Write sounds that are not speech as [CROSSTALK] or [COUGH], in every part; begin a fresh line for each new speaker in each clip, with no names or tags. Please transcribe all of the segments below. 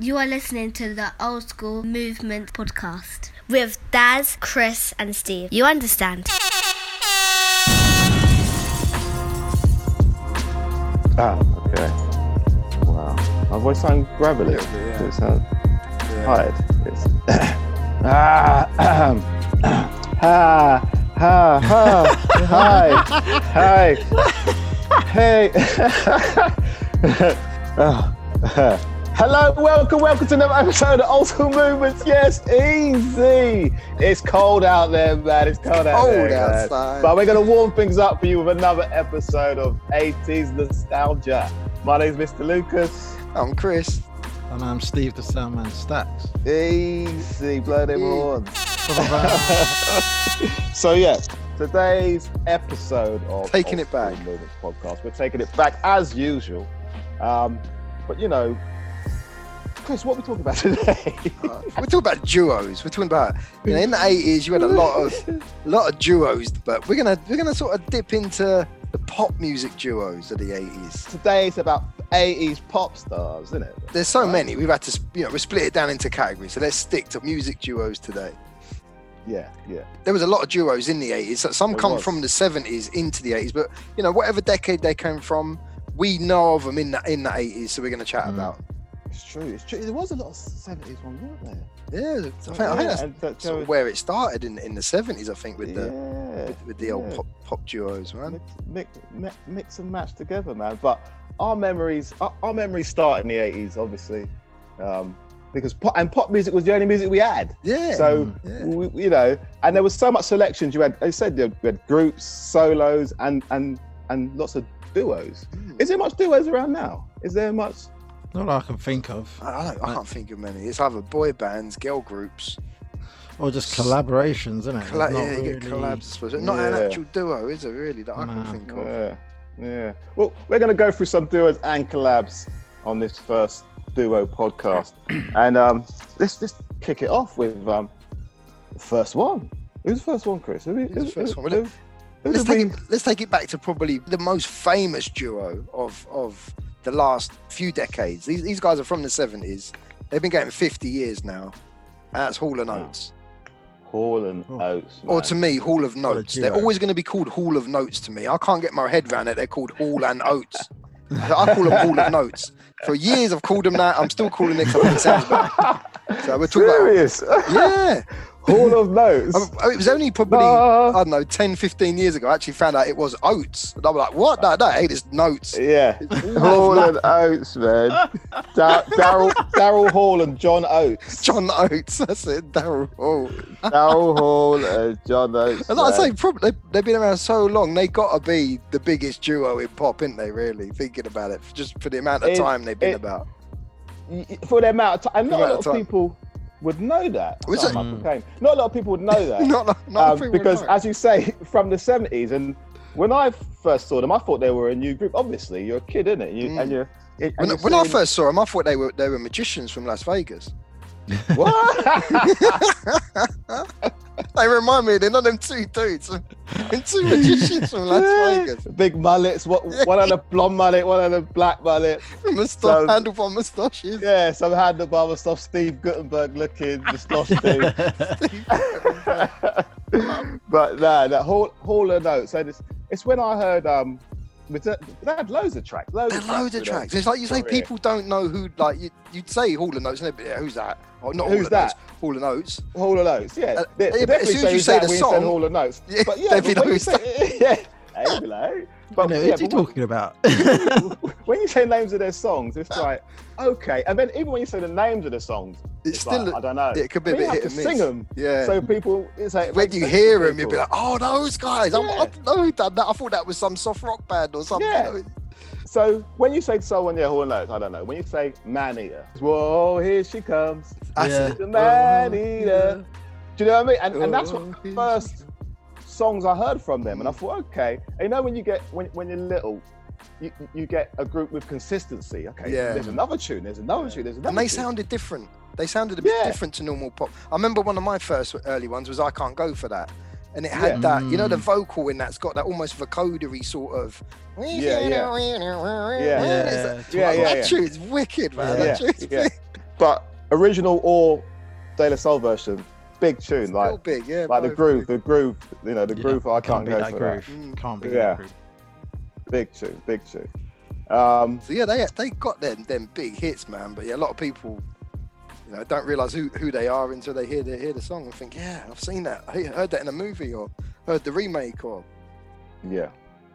You are listening to the Old School Movement podcast.
with Daz, Chris, and Steve. You understand?
Ah, okay. Wow. My voice sounds gravelly.
Yeah, yeah.
Does It sounds
Yeah.
tired. It's [COUGHS] ah, [COUGHS] ahem, ha, ha, ha, hi, hi, hey. [LAUGHS] oh. [COUGHS] Hello, welcome, welcome to another episode of Old School Movements. Yes, easy. It's cold out there, man. It's cold out
Cold
there. man.
outside.
But we're going to warm things up for you with another episode of 80s Nostalgia. My name's Mr. Lucas.
I'm Chris.
And I'm Steve the Soundman Stacks.
Easy, bloody warm. [LAUGHS] So yeah, today's episode of
Taking
of
it back.
Food Movements podcast. We're taking it back as usual, um, but you know, Chris, what are we talking about [LAUGHS] today?
Uh, we're talking about duos. We're talking about you know in the eighties you had a lot of a lot of duos, but we're gonna we're gonna sort of dip into the pop music duos of the eighties.
today it's about '80s pop stars, isn't it?
There's so many. We've had to sp- you know we split it down into categories. So let's stick to music duos today.
Yeah, yeah.
There was a lot of duos in the eighties. Some
There
come
was.
from the seventies into the eighties, but you know whatever decade they came from, we know of them in the in the eighties. So we're gonna
Hmm.
chat
Mm.
about.
It's true. It's true. There was a lot of '70s ones, weren't there?
Yeah, I think, I think that's
and that
sort of
goes-
where it started in in the seventies. I think with the with, with the old
yeah.
pop, pop duos, man.
mix, mix, mi- mix and match together, man. But our memories, our, our memories start in the eighties, obviously, um, because pop, and pop music was the only music we had.
Yeah. mm,
So
yeah.
we, we- you know, and there was so much selections. You had, I said, you had groups, solos, and and and lots of duos.
Mm.
Is there much duos around now? Is there much?
Not that I can think of.
I, don't, I can't think of many. It's either boy bands, girl groups,
Or just collaborations, isn't it?
colla-
Not
yeah, you get
really-
collabs. I suppose. Not an
Yeah.
actual duo, is it really? That I can
No.
think of.
Yeah, yeah. Well, we're going to go through some duos and collabs on this first duo
[CLEARS THROAT]
podcast, and um, let's just kick it off with um, the first one. Who's the first one, Chris? Who,
Who's the first one?
Who, who
Let's
did we-
take it, let's take it back to probably the most famous duo of of the last few decades. These these guys are from the seventies. They've been going fifty years now. And that's Hall and
Wow.
Oates.
Hall and
Oh.
Oates.
Or
man.
to me, Hall of
What a
Notes. They're
duo.
always going to be called Hall of Notes to me. I can't get my head around it. They're called Hall and Oates. So I call them Hall of Notes. For years, I've called them that. I'm still calling it something that sounds better. So we're talking about-
serious.
[LAUGHS] Yeah.
Hall of Notes.
I- I- it was only probably,
Ah.
I don't know, 10, 15 years ago. I actually found out it was Oates. And I was like, what? No, no, hey, it's Notes. [LAUGHS]
yeah. Hall and Oates, man. Da- Daryl Daryl Hall and John
[LAUGHS]
Oates.
John Oates. That's it. Daryl Hall.
Daryl Hall and John Oates.
And like I
man.
say, probably, they- they've been around so long, they got to be the biggest duo in pop, ain't they, really? Thinking about it, just for the amount of
It-
time they've been
it-
about.
y- y- for the amount of time. And
For
not a
the
lot of
amount of
people would know that.
Was
Sorry,
it-
Michael Caine. Not a lot of people would
[LAUGHS]
know that.
not, not, not
um, because, as you say, [LAUGHS] from the 70s, and when I first saw them, I thought they were a new group. Obviously, you're a kid, innit? You,
Mm.
And you're. and
when,
you're
when I
seeing-
first saw them, I thought they were they were magicians from Las Vegas. [LAUGHS]
What?
They remind me, they're not them two dudes, [LAUGHS] them two magicians from
[LAUGHS]
Las Vegas.
Big mullets. What, one had a blonde mullet, one had a black mullet.
Mustache, handlebar moustaches.
Yeah, some handlebar and stuff. Steve Gutenberg looking, moustache
[LAUGHS]
dude. [LAUGHS] but no, that Hall, Hall of Notes. And it's, it's when I heard um, with the- they had loads of tracks. Loads
They're
of
loads of
with them.
tracks. It's like you say,
Sorry.
people don't know who like you, you'd say Hall and Notes, and they'd be, yeah, who's that? Oh, not
Who's
Hall
that?
and Notes. Hall and Oates.
Hall of Notes. Yeah,
Uh,
They-
yeah,
they
but
definitely
as soon as you say
that
the
when you said
song,
Hall of Notes.
yeah,
but yeah,
they'd
but when
be
you
like,
say, [LAUGHS] yeah, they'd be like, but
You know,
yeah,
Oh, who's he
but when- [LAUGHS]
talking about? [LAUGHS]
when you say names of their songs, it's like okay. And then even when you say the names of the songs,
It's
it's like,
still,
I don't know.
it could be a
But you have
bit hit
to
and miss.
sing them.
Yeah.
So people, it's like
when
makes
you
sense
hear
to
them, you'll be
people.
like, oh, those guys. I'm,
Yeah.
I don't know who done that. I thought that was some soft rock band or something.
Yeah.
[LAUGHS]
So when you say someone, yeah, who knows? I don't know. When you say man eater, whoa, here she comes.
That's
Yeah.
it.
The man eater. Do you know what I mean? And, and that's what
Oh,
the first songs I heard from them. And I thought, okay, you know, when you get when, when you're little, you, you get a group with consistency. Okay,
Yeah.
there's another tune, there's another tune, there's another.
and they
tune.
sounded different. They sounded a bit
Yeah.
different to normal pop. I remember one of my first early ones was I Can't Go For That. And it had
Yeah.
that, you know, the
Mm.
vocal in that's got that almost vocodery sort of.
yeah.
yeah.
Yeah.
Yeah, yeah,
That
yeah.
tune's wicked, man.
Yeah,
That tune's
yeah. But original or De La Soul version, big tune,
Still
like
big, yeah.
like the
both.
groove, the groove, you know, the
Yeah,
groove. I can't
can't be
go
that
for
groove.
Mm.
Can't be
Yeah.
that groove.
that. Big tune, big tune. Um,
So yeah, they they got them them big hits, man. But yeah, a lot of people, you know, don't realize who, who they are until they hear the hear the song and think, yeah, I've seen that, I heard that in a movie or heard the remake or
yeah,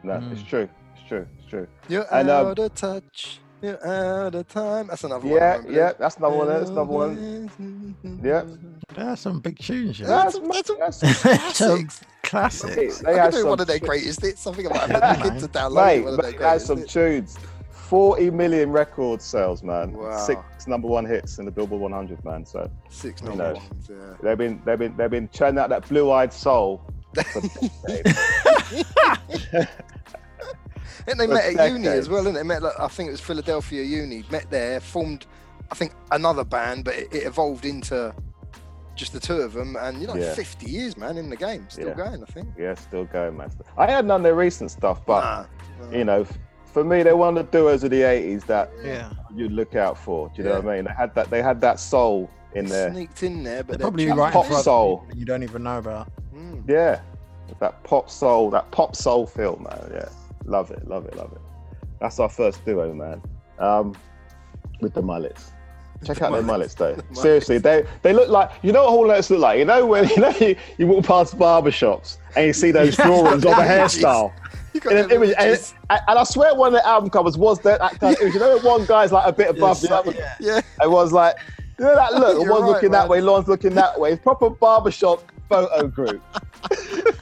no,
Mm.
it's true, it's true, it's true.
you're
And, um,
out of touch, you're out of time. That's another one. I
Yeah,
remember.
yeah, that's another one. That's another one.
one.
[LAUGHS]
Yeah.
There are some big tunes. Yeah.
That's, [LAUGHS] that's,
[LAUGHS] some
Classics.
classics.
They
I
had
could do one
some
of their
shit.
greatest hits. Something
[LAUGHS]
about having a kid to download
Mate,
one of their
mate, that's
greatest
some
hits.
tunes. 40 million record sales, man.
Wow.
Six number one hits in the Billboard 100, man. So
Six
you know.
number ones, yeah.
they've been they've been they've been churning out that blue-eyed
[LAUGHS]
soul. for decades.
And they
For
met at uni
decades.
as well, didn't they? Met, like, I think it was Philadelphia Uni. Met there, formed, I think, another band, but it, it evolved into just the two of them. And you know,
Yeah.
50 years, man, in the game, still
Yeah.
going. I think.
yeah, still going, man. I had none of their recent stuff, but
Nah, nah.
you know, f- for me, they're one of the duos of the 80s that
Yeah.
you look out for. Do you know what I mean? They had that they had that soul in there.
sneaked in there, but
They're
they're
probably
just-
right
pop
for other
soul.
people that You don't even know about.
Mm.
Yeah, that pop soul, that pop soul feel, man. Yeah, love it, love it, love it. That's our first duo, man. Um, with the mullets. Check out their mullets, though.
[LAUGHS] mullets.
Seriously, they they look like you know what mullets look like. You know when [LAUGHS] you know you, you walk past barber shops and you see
[LAUGHS]
those drawings of the hairstyle.
You got
And, an
them
image, and,
images.
and and I swear, one of the album covers was that, that kind of image. You know, one guy's like a bit above the other.
yeah,
It was like, you know that look.
[LAUGHS] You're
One's
right,
looking that
man.
way, Lon's looking that way. It's proper barbershop photo group. I think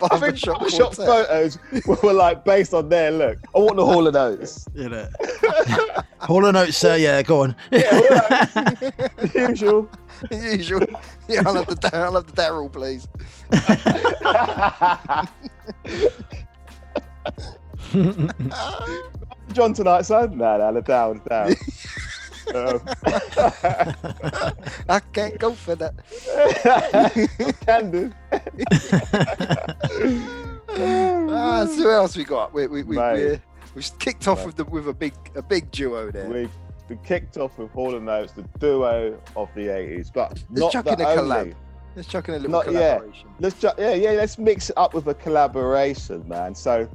barbershop
barbershop
quartet. [LAUGHS]
photos were, were like based on their look. I want the Hall of [LAUGHS] Notes.
You know. [LAUGHS] Hall of notes, sir. Yeah, go on.
Yeah, all right. [LAUGHS] Usual.
usual. Yeah, I love the I love the Daryl, please.
John tonight, son. Nah, nah, the down, [LAUGHS] down. um,
I can't go for that.
[LAUGHS] can [LAUGHS] do. [LAUGHS]
Ah, so who else we got? We we we
Mate.
we we kicked off
Mate.
with the with a big a big duo there.
We, we kicked off with Hall of Notes, the duo of the 80s, but not
Let's chuck in
the
a collab.
only.
Let's chuck in a little
Not yet.
collaboration.
Let's ju- yeah, yeah, let's mix it up with a collaboration, man. So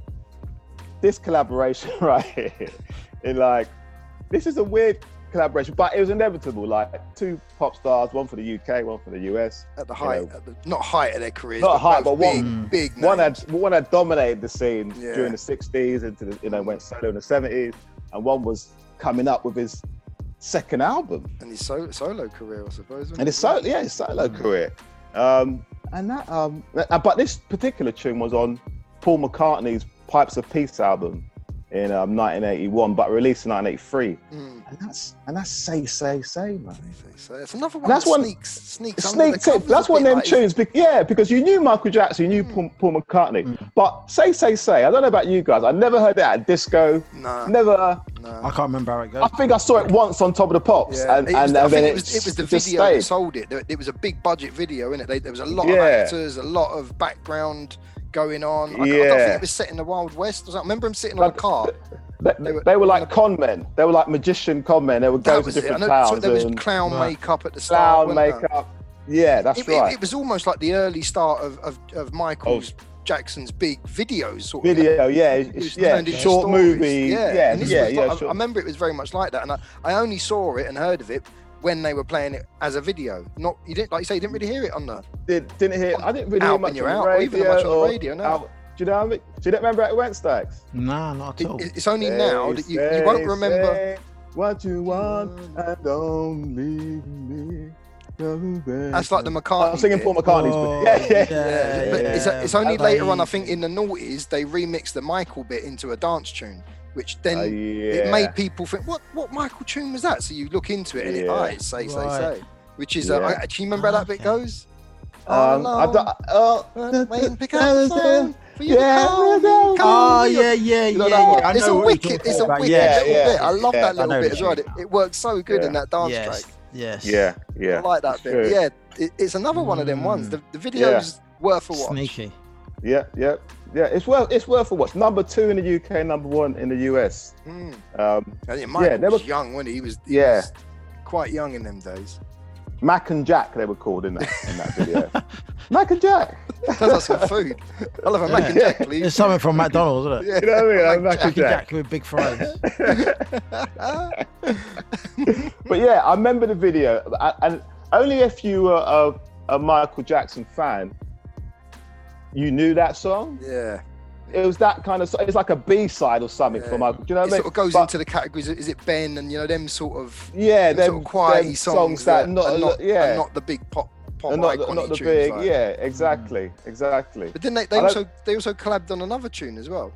this collaboration [LAUGHS] right here, it like this is a weird collaboration, but it was inevitable. Like two pop stars, one for the UK, one for the US.
At the
You
height,
know.
at the, not height of their careers,
Not
but
height,
both
but
big,
one- Mm.
big.
One
names.
had one had dominated the scene
Yeah.
during the '60s, into the, you know went solo in the '70s, and one was coming up with his second album.
and his solo, solo career, I suppose. wasn't
and
it?
it's solo, yeah, it's solo
Hmm.
career. Um, and that, um, uh, but this particular tune was on Paul McCartney's Pipes of Peace album in um, 1981, but released in 1983.
Mm.
And that's and that's say say say, man.
So it's another one.
that's
that
one-
sneaks, sneaks, under
Sneak
the
tip.
covers
That's
a
one of
bit,
them
like, Hmm.
tunes. Be- yeah, because you knew Michael Jackson, you knew Paul, Paul McCartney, but say say say. I don't know about you guys. I never heard that at disco.
Nah,
Never.
[LAUGHS] I
nah.
can't remember how it goes.
I think I saw it once on Top of the Pops,
Yeah,
and,
it was,
and,
I
and then
think it was, it was the
just
video that
stayed.
sold it. There- It was a big budget video, innit? They, there was a lot
Yeah.
of actors, a lot of background going on. I, I don't
Yeah.
think it was set in the Wild West. Or something. I remember him sitting on
Like-
a car.
They,
They were-
they were like con men. They were like magician con men. They would go
That
to
was it. I
different
know so
towns
there was
and
clown
Right.
makeup at the start.
clown
wasn't there?
makeup. Yeah, that's
it, it-
right.
it was almost like the early start of, of, of Michael's Jackson's big videos sort of.
Video, yeah,
It
it's,
was
yeah,
turned into
short
stories.
movie, yeah, yeah,
and this
yeah,
was like- I- I,
sure.
remember it was very much like that, and I, I only saw it and heard of it when they were playing it as a video. Not you didn't like you say you didn't really hear it on the.
Did, didn't hear. I didn't really
Out
hear
when
much
you're
on
out,
the
or even
radio.
much on the
or
radio, no.
out- Do you know? How many, do you remember how it went, Stacks?
Nah, not
It,
at all.
it's only now that you, you won't remember.
what you want and don't leave me.
That's
That's
like the McCartney.
I'm singing
bit.
Paul McCartney's.
Oh,
bit. [LAUGHS] yeah, yeah,
yeah,
But it's,
yeah.
it's only
That
later on, I
way.
think, in the noughties, they remixed the Michael bit into a dance tune, which then
Uh,
it
yeah.
made people think, what what Michael tune was that? So you look into it and it,
Yeah.
ah, it's say, say,
Right.
say. Which is, uh,
Yeah.
I- do you remember how that bit
Okay.
goes?
Um,
Oh,
I've
no.
done, oh,
Uh, Wait and pick up
that
the
was
phone for you
Yeah,
to call me,
yeah.
Oh
call me.
yeah, yeah,
You know
yeah.
that one?
yeah. I
It's a
know what you're
wicked,
talking
it's a
about.
wicked
Yeah,
little
yeah,
bit. I love
yeah,
that
I
little
know
bit
the
as well. It,
tune now.
it works so good
Yeah.
in that dance
yes,
track.
yes.
Yeah,
I
yeah,
like that bit.
Sure.
Yeah, it, it's another one of them ones. The, the video's worth a watch.
Sneaky.
yeah, yeah, yeah. It's worth it's worth a watch. Number two in the UK, number one in the US.
Mm.
Um,
I think Michael
they
was
were-
young when he was. He
Yeah.
was quite young in them days.
Mac and Jack, they were called in that in
[LAUGHS]
that video. Mac and Jack.
Sounds like some food.
[LAUGHS]
I'll have a mac and
Yeah.
jack, please.
It's something from McDonald's, isn't it?
Yeah.
You
[LAUGHS]
know what I mean? Mac and
Jackie
Jack.
Jack with big [LAUGHS] fries.
But yeah, I remember the video, I- and only if you were a, a Michael Jackson fan, you knew that song.
Yeah.
It was that kind of. so- It's like a B side or something
Yeah.
for Michael. Do you know what
It
I mean?
sort of goes
But-
into the categories. Is it Ben and you know them sort of
yeah,
them
them,
sort of quiet
them
songs,
that, not,
are not
yeah,
are not the big pop pop
are not,
iconic
not the
tunes,
big
like.
yeah, exactly, exactly.
But then they, they
I don't-
also they also collabed on another tune as well.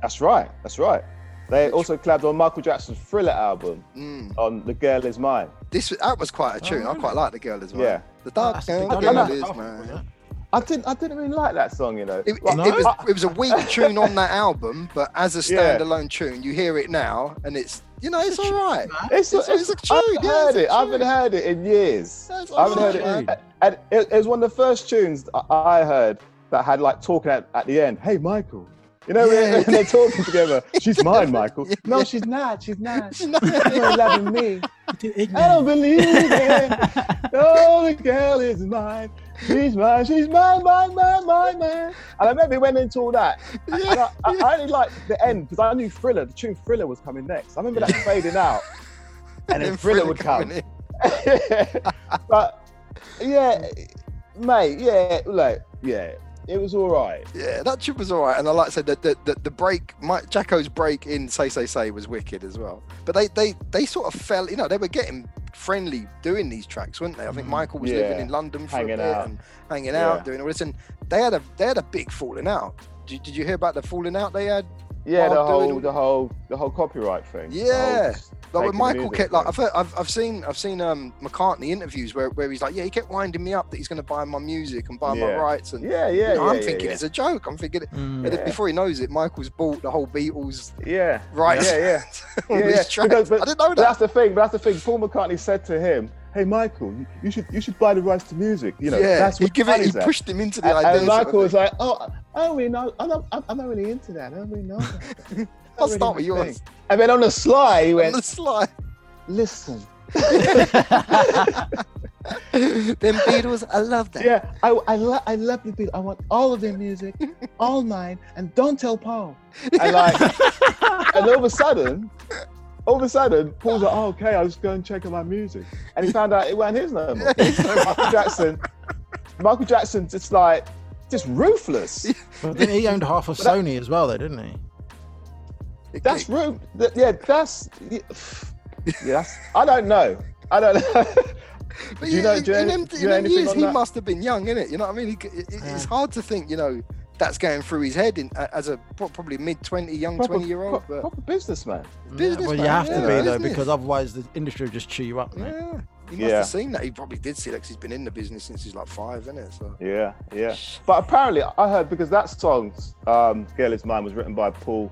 That's right, that's right. They
Which-
also collabed on Michael Jackson's Thriller album
Mm.
on "The Girl Is Mine."
This that was quite a tune. I
Oh, really?
quite like the girl as well.
Yeah.
The dark
That's the big
girl
I know.
is
Oh,
mine.
wasn't
I didn't, I didn't really like that song, you know.
It, it,
Like,
No?
it was it was a
[LAUGHS]
weak tune on that album, but as a
Ah. Yeah.
standalone tune, you hear it now and it's you know it's all right.
It's,
It's-
it's,
it's a
I
tune,
haven't
yeah,
heard
it's a
it. I haven't
tune.
heard it in years.
That's
I haven't
all
heard
a
right.
it. And it, it was one of the first tunes I- I heard that had like talking at, at the end. Hey, Michael. You know,
Yeah.
when [LAUGHS] they're talking together. She's mine, Michael.
[LAUGHS] Yeah.
No, she's not. She's
[LAUGHS]
not. She's
not.
not loving me.
Too
I
ignorant.
[LAUGHS] don't believe it. Oh, the girl is mine. She's mine. She's mine, mine, mine, mine, mine. And I remember it went into all that. And I, I, I only liked the end because I knew Thriller, the tune Thriller was coming next. I remember that fading [LAUGHS] out. And then Thriller would come.
coming in.
[LAUGHS] but yeah, mate, yeah, like, yeah, it was all right.
Yeah, that tune was all right, and I like I said that the, the, the break, my, Jacko's break in "Say Say Say" was wicked as well. But they they they sort of fell, you know, they were getting friendly doing these tracks, weren't they? I think
Mm,
Michael was
yeah.
living in London for
Hanging
a bit
out.
and hanging
Yeah.
out, doing all this, and they had a they had a big falling out. Did, did you hear about the falling out they had?
Yeah, the
While doing
whole,
all-
the whole, the whole copyright thing. the whole
Yeah.
just
Like
taking
when
the
Michael
music
kept like
thing.
I've, heard, I've I've seen I've seen um McCartney interviews where, where he's like yeah he kept winding me up that he's going to buy my music and buy my
Yeah.
rights and
yeah, yeah,
you
yeah.
know, I'm
yeah,
thinking
yeah.
it's a joke I'm thinking
Mm.
and then
Yeah.
before he knows it Michael's bought the whole Beatles
yeah,
Right.
yeah,
[LAUGHS]
yeah.
all
Yeah,
these
yeah,
tracks.
because- but-
I didn't know
But
that.
that's the thing. But that's the thing. Paul McCartney said to him, "Hey, Michael, you- you should you should buy the rights to music. You know, that's
he
what
give it, he
Johnny's at."
pushed him into the
[LAUGHS] And,
idea.
and
sort of
Michael was
thing.
like, "Oh, I don't really know. I'm not, I'm not really into that. I don't really know." That.
[LAUGHS]
That's not
I'll
really
start with
my
yours.
thing." And then on the sly, he
On
went,
the slide. [LAUGHS]
"Listen, [LAUGHS]
Them Beatles, I love that.
yeah, I I, lo- I love the Beatles. I want all of their
[LAUGHS]
music, all mine, and don't tell Paul." And
[LAUGHS]
like, and all of a sudden. All of a sudden, Paul's like, oh, okay, I'll just go and check on my music. And he found out it wasn't his no
[LAUGHS]
more. Michael Jackson, Michael Jackson, just like, just ruthless.
But then he owned half of Sony as well, though, didn't he?
That's rude. Th- Yeah, that's. Yeah, that's. I don't know. I don't know.
But
Do you know-
in-
do you
in
know-
them,
do
in
you know
them
anything
years,
on
he
that?
must have been young, innit? You know what I mean? He, it, it- it's
Yeah.
hard to think, you know, that's going through his head in, as a pro- probably mid 20, young 20 year old.
pro- [LAUGHS]
But
proper businessman.
Business,
well, you
man,
have
yeah,
to be though,
business.
because otherwise the industry will just chew you up, mate.
yeah, he must
Yeah.
have seen that. He probably did see that 'cause he's been in the business since he's like five, innit? So.
Yeah, yeah. But apparently, I heard because that song, um, "Girl Is Mine," was written by Paul,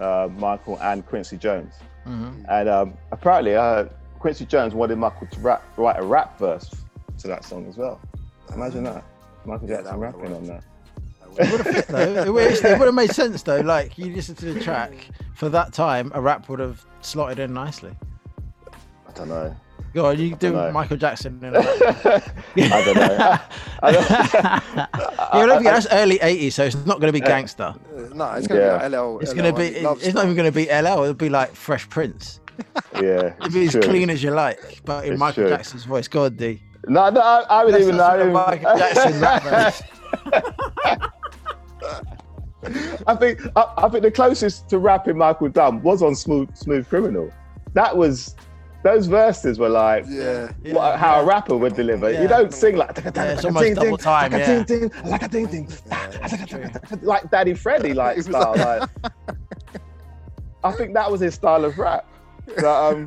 uh, Michael, and Quincy Jones.
Mhm.
And um, apparently, I heard Quincy Jones wanted Michael to rap, write a rap verse to that song as well. Imagine that, Michael
Yeah,
Jackson
that would've
rapping on that.
Though, it, would- it would have made sense though. Like you listen to the track for that time, a rap would have slotted in nicely.
I don't know.
Go on, you do
know.
Michael Jackson. In a rap.
I don't
[LAUGHS]
know. I don't- [LAUGHS]
yeah, well, that's early '80s, so it's not going to be gangster.
Uh, no, it's going to
Yeah.
be like LL.
It's
LL
going to be.
Love
It's not even going to be LL. It'll be like Fresh Prince.
yeah,
It'll be as
true.
clean as you like, but in
It's
Michael
true.
Jackson's voice. God, D.
No, no, I, I would
That's
even.
not
I,
a
even
Michael
[LAUGHS]
Jackson rap verse.
I think I, I think the closest to rapping Michael Dunn was on Smooth Smooth Criminal. That was those verses were like
Yeah.
Yeah.
what, how a rapper would deliver.
Yeah.
You don't sing like
Yeah,
[LAUGHS]
it's almost double time, yeah.
like a ding ding,
true.
[LAUGHS] like Daddy
[LAUGHS]
Freddy like
It was
style. Like, I think that was his style of rap. But, um,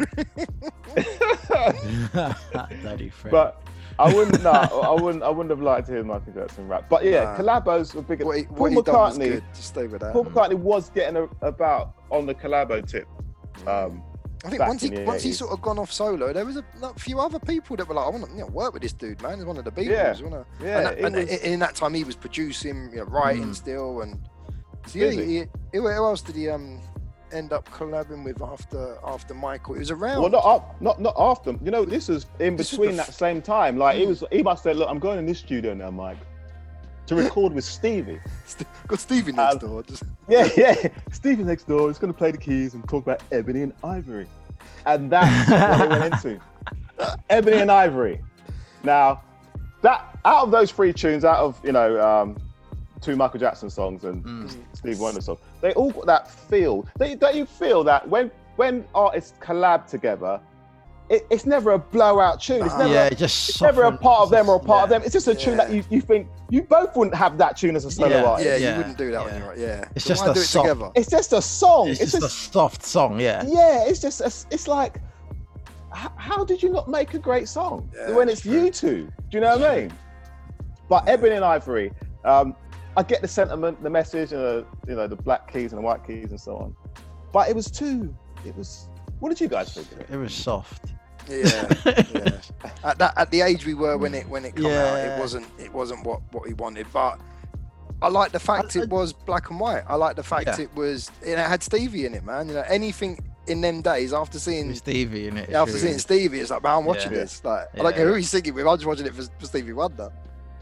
Bloody Fresh.
but I wouldn't. No, I wouldn't. I wouldn't have liked to hear Michael Jackson rap. But yeah,
Nah.
collabos were bigger.
What he,
Paul
what he done was
McCartney-
good. Just stay with that.
Paul McCartney was getting a, about on the collabo tip. Um,
I think
back
once he
in the
once he
80s.
sort of gone off solo, there was a like, few other people that were like, I want to you know, work with this dude, man. He's one of the Beatles.
Yeah.
Wanna...
yeah,
and, that- and
it was, Mm.
in in that time, he was producing, you know, writing still, and so yeah,
Busy.
he, he- who else did he um? end up collabing with after after Michael? It was around.
Well, not up, not not after. You know, this is in
This is Hmm.
between
bef-
that same time. Like he was, he must say, "Look, I'm going in this studio now, Mike, to record with Stevie."
St- got Stevie next
Um,
door. Just,
Yeah, [LAUGHS] yeah. Stevie next door is going to play the keys and talk about Ebony and Ivory, and that's what they
[LAUGHS]
went into. Ebony and Ivory. Now, that out of those three tunes, out of you know um, two Michael Jackson songs and
Mm.
Steve Wonder song, they all got that feel. Don't, don't you feel that when when artists collab together, it, it's never a blowout tune. It's
Nah.
never
yeah,
a
it just
it's never a
softened-
part of them or a part of
yeah.
them. It's just a tune that
Yeah.
you, you think you both wouldn't have that tune as a solo
Yeah.
artist.
yeah,
yeah,
you wouldn't do that on
yeah.
your own. Yeah.
It's
So
just
why
a
do it
song.
together?
It's just a song.
It's, just, a soft song, yeah.
yeah, it's just it's, it's like how, how did you not make a great song
Yeah,
when it's
that's
you two? Do you know what I mean? But Ebony and Ivory, um, I get the sentiment, the message, and the you know the black keys and the white keys and so on. But it was too. It was. What did you guys think? Of it?
It
[LAUGHS]
was soft.
[LAUGHS] Yeah. yeah. At that, at the age we were when it when it came out,
Yeah.
it wasn't it wasn't what what we wanted. But I like the fact it was black and white. I like the fact
Yeah.
it was it had Stevie in it, man. You know, anything in them days after
It
seeing
was Stevie in it.
after
it's
seeing
really-
Stevie, it's like, man, I'm watching
Yeah.
this. Like, I don't
Yeah.
care who he's singing with. I'm just watching it for, for Stevie Wonder.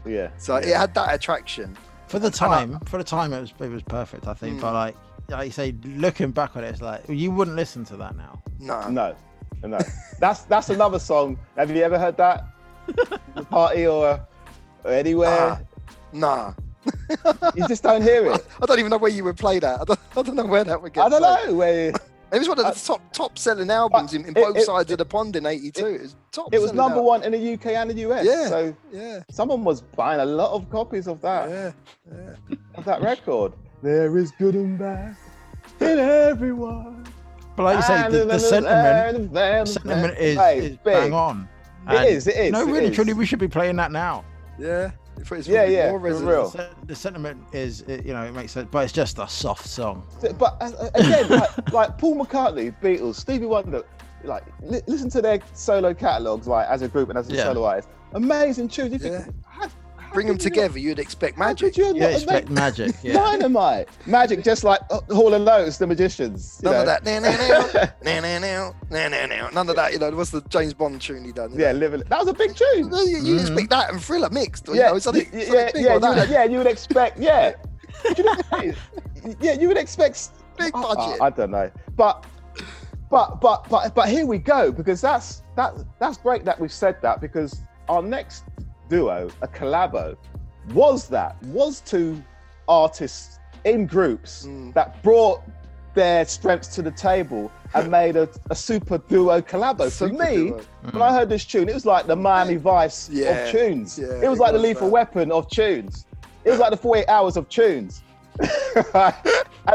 Yeah.
So it had that attraction.
for the
I-
time, for the time, it was it was perfect, I think.
Mm.
But
Hmm.
like, like you say, looking back on it, it's like you wouldn't listen to that now.
No,
No.
[LAUGHS]
No. That's that's another song. Have you ever heard that? The party or, or
Ah.
anywhere?
nah. Ah.
You just don't hear
[LAUGHS]
it.
I don't even know where you would play that. I don't, [LAUGHS] I don't know where that would get.
I don't
played.
know where.
It was one of the
I-
top top selling albums in, in
it-
both
it-
sides of the pond in '82. It, was top.
It was
selling
number
album.
one in the UK and the US.
Yeah.
So
Yeah.
someone was buying a lot of copies of that
Yeah, yeah.
of that record. There is good and bad in everyone.
But like you
Ah,
say, the, the sentiment, the sentiment is, is bang on.
It
And
is, it is,
No,
it
really,
is.
truly, we should be playing that now.
yeah. If it's
Yeah,
really
yeah,
more
for
resonant-
real.
The sen- The sentiment is, it, you know, it makes sense, but it's just a soft song.
But uh, again, [LAUGHS] like, like Paul McCartney, Beatles, Stevie Wonder, like li- listen to their solo catalogs, like as a group and as a
Yeah.
solo artist. Amazing tunes. You think,
Yeah.
how, how
Bring them
could you not-
together, you'd expect
how could
magic.
you
You
not have
expect
made- [LAUGHS]
magic. Yeah.
Dynamite, magic, just like uh, Hall and Oates, the magicians. you
None of
know?
that. Nah, nah, nah, nah, nah,
[LAUGHS]
nah, nah, nah, nah. None of that. You know, what's the James Bond tune he done? you
Yeah,
know?
live. That was a big tune.
No, you, you
Mhm.
expect that and thriller mixed. Or,
Mm-hmm. yeah,
you know, something,
y- y-
something
yeah,
big
yeah,
or
you
that.
would,
[LAUGHS]
yeah, you would expect, yeah. Do you know what it is? yeah, you would expect
Big
I- I-
budget.
I, don't know, but but but but but here we go because that's that that's great that we've said that because our next duo, a collabo, was that was two artists in groups
Mm.
that brought their strengths to the table and made a, a super duo collabo. For
Super
me,
duo. Hmm.
when I heard this tune, it was like the Miami Vice
Yeah,
of tunes.
yeah,
it was like
it
the
was
Lethal
that.
Weapon of tunes. It was like the 48 Hours of tunes. [LAUGHS] and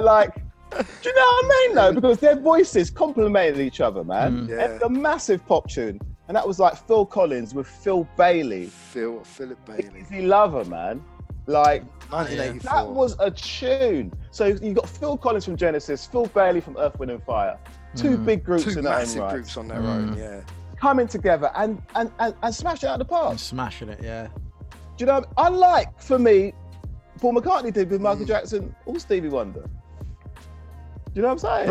like, do you know what I mean though? Because their voices complemented each other, man. It
Mm. Yeah.
was a massive pop tune, and that was like Phil Collins with Phil Bailey,
Phil, Philip Bailey,
Easy Lover, man. Like
1984.
that was a tune. So you got Phil Collins from Genesis, Phil Bailey from Earth, Wind and Fire. Two
Mm.
big groups
two
in their own
massive
right,
groups on their
Mm.
own. Yeah.
coming together and and and, and smashing it out of the park.
I'm smashing it, yeah.
Do you know? what I mean? Unlike for me, Paul McCartney did with Michael
Mm.
Jackson or Stevie Wonder. Do you know what I'm saying?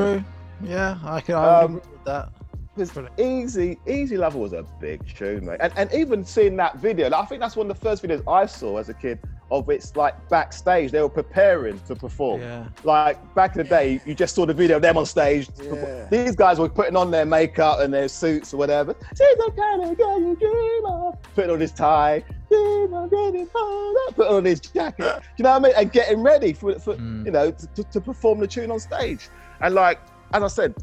True. Yeah, I can. I would
Um,
agree with that.
'Cause
Brilliant.
Easy, Easy Lover was a big tune, mate. And, and even seeing that video, like, I think that's one of the first videos I saw as a kid of it's like backstage. They were preparing to perform.
Yeah.
Like back in the day, you just saw the video of them on stage.
Yeah.
These guys were putting on their makeup and their suits or whatever. She's the kind of girl you dream of. Putting on his tie. Dream of getting older. Putting on his jacket. Do you know what I mean? And getting ready for, for
Mm.
you know, to, to perform the tune on stage. And like, as I said,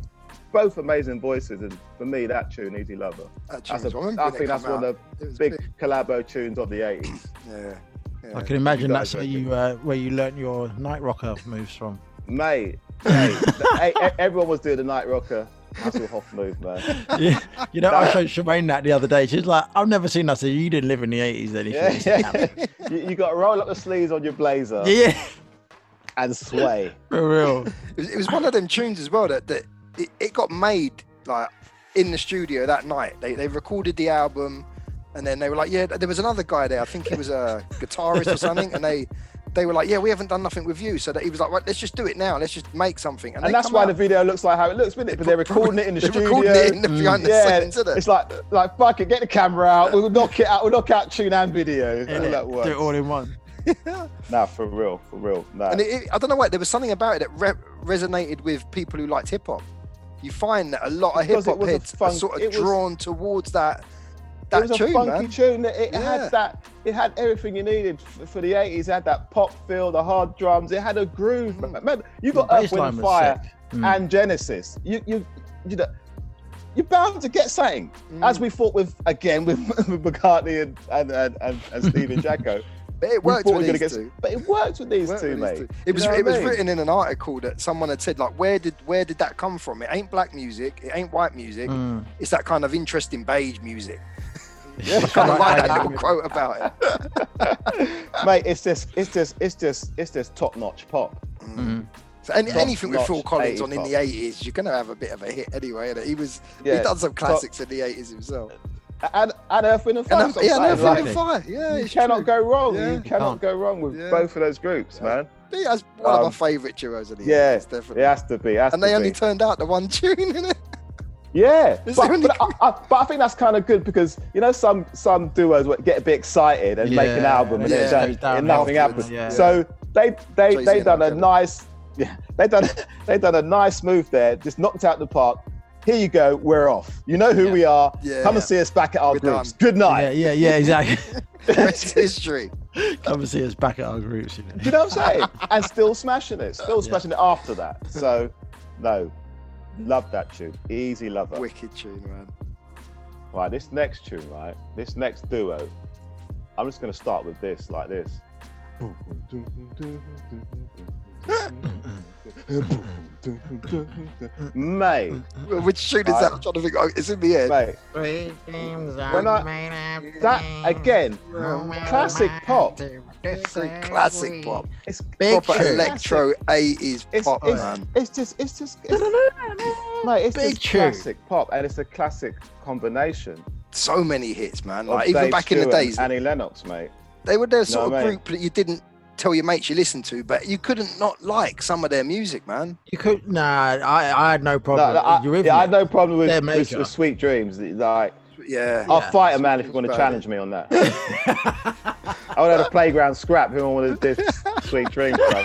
both amazing voices. And for me, that tune, Easy Lover.
That tune
That's
was-
a,
remember
I
when it
think that's
come
one
out,
of
it
the
was
big collabo tunes of the 80s.
Yeah.
I
yeah.
can imagine
guys
that's where
reckon?
you uh, where you learnt your night rocker
[LAUGHS]
moves from.
mate, mate e- e- everyone was doing the Night Rocker. Hasselhoff move, man.
[LAUGHS]
yeah, you know, I
No.
showed Shemaine that the other day. She's like, I've never seen that. So you didn't live in the 80s then. If you
Yeah,
didn't see
yeah. [LAUGHS]
that."
you, you got to roll up the sleeves on your blazer
[LAUGHS] yeah,
and sway. [LAUGHS]
for real.
It was, it was one of them tunes as well that, that it, it got made like in the studio that night. They, they recorded
[LAUGHS]
the album and then they were like, yeah, there was another guy there. I think he was a guitarist or something. And they they were like, "Yeah, we haven't done nothing with you," so that he was like, right, "Let's just do it now. Let's just make something." And,
And
[LAUGHS] they
that's
come
why
out.
the video looks like how it looks, isn't it? But they're recording it in the
[LAUGHS] They're
studio.
recording it in the behind the
uh, yeah,
scenes, isn't it?
it's like like fuck it, get the camera out. We'll knock it out. We'll knock out tune and video.
[LAUGHS]
All
innit?
that works.
Do it all in one.
Nah, for real, for real. Nah.
And it, it- I don't know why there was something about it that re- resonated with people who liked hip hop. You find that a lot of hip
Because it
hop
was a
heads are
funk-
sort
it
of
was-
drawn towards that
it
that
was a
tune,
funky
man.
tune. that- It
Yeah.
had that. It had everything you needed f- for the '80s. It had that pop feel, the hard drums. It had a groove.
Mm.
Remember, you
The
got Earth,
bass
Wind,
line
and
was
Fire
sick. Mm.
and Genesis. You, you, you know, you're bound to get something.
Mm.
As we thought with again with, [LAUGHS] with McCartney and and and, and, and Steve
[LAUGHS]
and Jacko.
But it
We
worked
thought
with
we were
these
gonna get-
two.
But it worked with these
Worked
two,
with
mate.
these two.
You
It was
know what
it was
I mean?
written in an article that someone had said like where did where did that come from? It ain't black music, it ain't white music.
Mm.
It's that kind of interesting beige music.
Yeah,
Kind of like that little quote about it.
[LAUGHS]
[LAUGHS]
mate. It's just, it's just, it's just, it's just top-notch pop.
So any,
Top
anything with Phil
notch
Collins on in
80s
the eighties, you're gonna have a bit of a hit anyway. Innit? He was
Yeah,
he done some
top-
classics in the eighties himself.
And and Earth, Wind and Fire.
And
that's
I'm-
what I'm
yeah,
saying,
no,
Earth, Wind
like,
and
fucking fire. Yeah,
you
it's
cannot
true.
go wrong.
Yeah.
You cannot
Can't.
go wrong with
Yeah.
both of those groups, man.
Yeah, That's one of
Um,
my favourite duos of the
yeah,
eighties, definitely.
It has to be. it has
and
to
they only
be.
turned out the one [LAUGHS] tune in it. [LAUGHS]
yeah,
It's
but,
the only-
but, I, I, but I think that's kind of good because you know some some duos what- get a bit excited and make an
Yeah,
album and,
yeah.
it don't-
Goes down
and nothing
afterwards,
happens.
yeah.
So they they
Jay-Z
they
and
done a
Kevin.
nice [LAUGHS] yeah they done they done a nice move there. Just knocked out the park. Here you go. We're off. You know who
Yeah.
we are.
Yeah.
Come and see us back at our
We're
groups. Good
Yeah,
night.
yeah, yeah,
[LAUGHS]
exactly.
Rest history.
Come and see us back at our groups. You know.
Do you know what I'm [LAUGHS] saying? and still smashing it. Still
Yeah.
smashing it after that. So no, love that tune. Easy lover.
Wicked tune, man.
Right, this next tune, right? This next duo. I'm just gonna start with this, like this. Mate,
Well, Which tune is
Right.
that? I'm trying to think. Oh, it's in the head.
mate,
Three dreams are
When I-
made of
that
things
again,
no matter
classic
what
pop.
to
It's a classic
disagree.
pop.
it's
Big
Proper
tune.
electro 80s
it's,
pop,
it's,
man.
it's just, it's just, it's, mate, it's
Big
just
tune.
classic pop, and it's a classic combination.
So many hits, man.
of
Like, even
Dave
back in the
Stewart and
days,
Annie Lennox, mate.
they were the sort
No,
of
mate.
group that you didn't tell your mates you listened to, but you couldn't not like some of their music, man.
You could nah. I, I had no
No,
problem.
no, I,
you with
yeah, I
me?
had no problem with,
They're
with,
major.
with Sweet Dreams. Like,
Yeah.
I'll
Yeah.
fight a man if you want to
Sweet
challenge me on that. [LAUGHS] I would have a playground scrap who wanted this sweet dream. bro.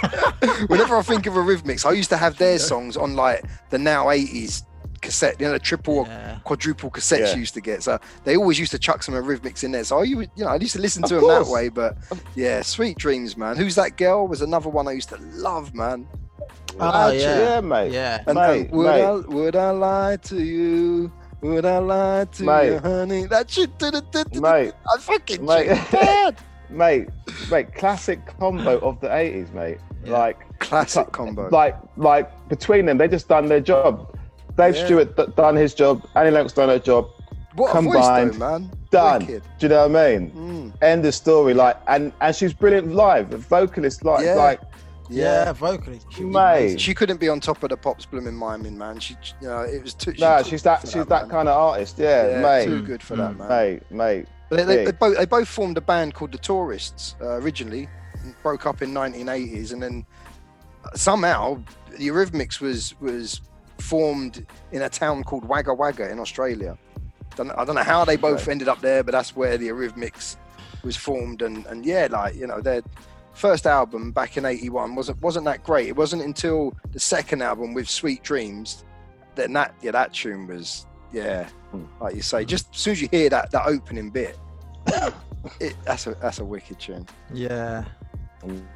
Whenever I think of Eurythmics, I used to have their songs on like the now 80s cassette, you know, the triple or
Yeah.
quadruple cassettes
Yeah.
you used to get. So they always used to chuck some Eurythmics in there. So I, u- you know, I used to listen
Of
to them that
course.
way. But yeah, Sweet Dreams, man. Who's That Girl was another one I used to love, man.
[LAUGHS] Oh,
Actually,
yeah.
yeah, mate.
Yeah.
And,
Mate,
and would,
mate.
I, would I lie to you? Would I lie to you,
Mate.
honey? That shit did it, did it.
Mate.
I fucking
Mate.
mate.
[LAUGHS]
bad.
Mate, mate, classic combo of the 80s, mate.
Yeah.
Like,
Classic combo.
like, like between them, they just done their job. Dave
Yeah.
Stewart d- done his job. Annie Lennox done her job.
what a voice,
combined,
though, man.
Done.
Wicked.
Do you know what I mean?
Mm,
End of story. Like, and and she's brilliant live. The vocalist, like,
Yeah.
like,
yeah.
Yeah, vocally. she was
Mate.
amazing.
She couldn't be on top of the pops blooming miming, man. She, you know, it was too. she
nah,
took
she's
for
that, she's that
man.
kind of artist. Yeah, mate, Mm.
Too good for that, man.
mate, mate.
But They, they,
big.
they both they both formed a band called the Tourists uh, originally, and broke up in 1980s, and then somehow the Eurythmics was was formed in a town called Wagga Wagga in Australia. Don't, I don't know how they both ended up there, but that's where the Eurythmics was formed, and and yeah, like you know their first album back in 81 wasn't wasn't that great it wasn't until the second album with sweet dreams then that yeah that tune was yeah
Mm.
like you say just as soon as you hear that that opening bit it, that's a that's a wicked tune
Yeah.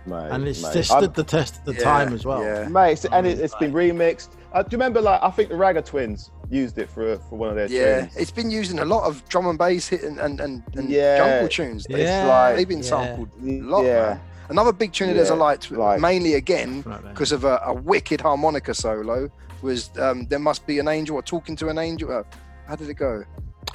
Mate,
And it's
mate.
just
I'm-
stood the test of the
Yeah,
time as well.
[LAUGHS]
yeah
mate. it's- and it,
Mm.
it's been remixed. Uh, do you remember? Like, I think the Ragga Twins used it for for one of their
yeah
tunes.
it's been used in a lot of drum and bass hit and and, and, and
Yeah.
jungle tunes
Yeah.
They-
like-
they've been
yeah,
sampled a
Y-
lot man. another big tune that there's a
Yeah,
light
like-
mainly again
definitely.
because of a, a wicked harmonica solo was um, there must be an angel or talking to an angel uh, how did it go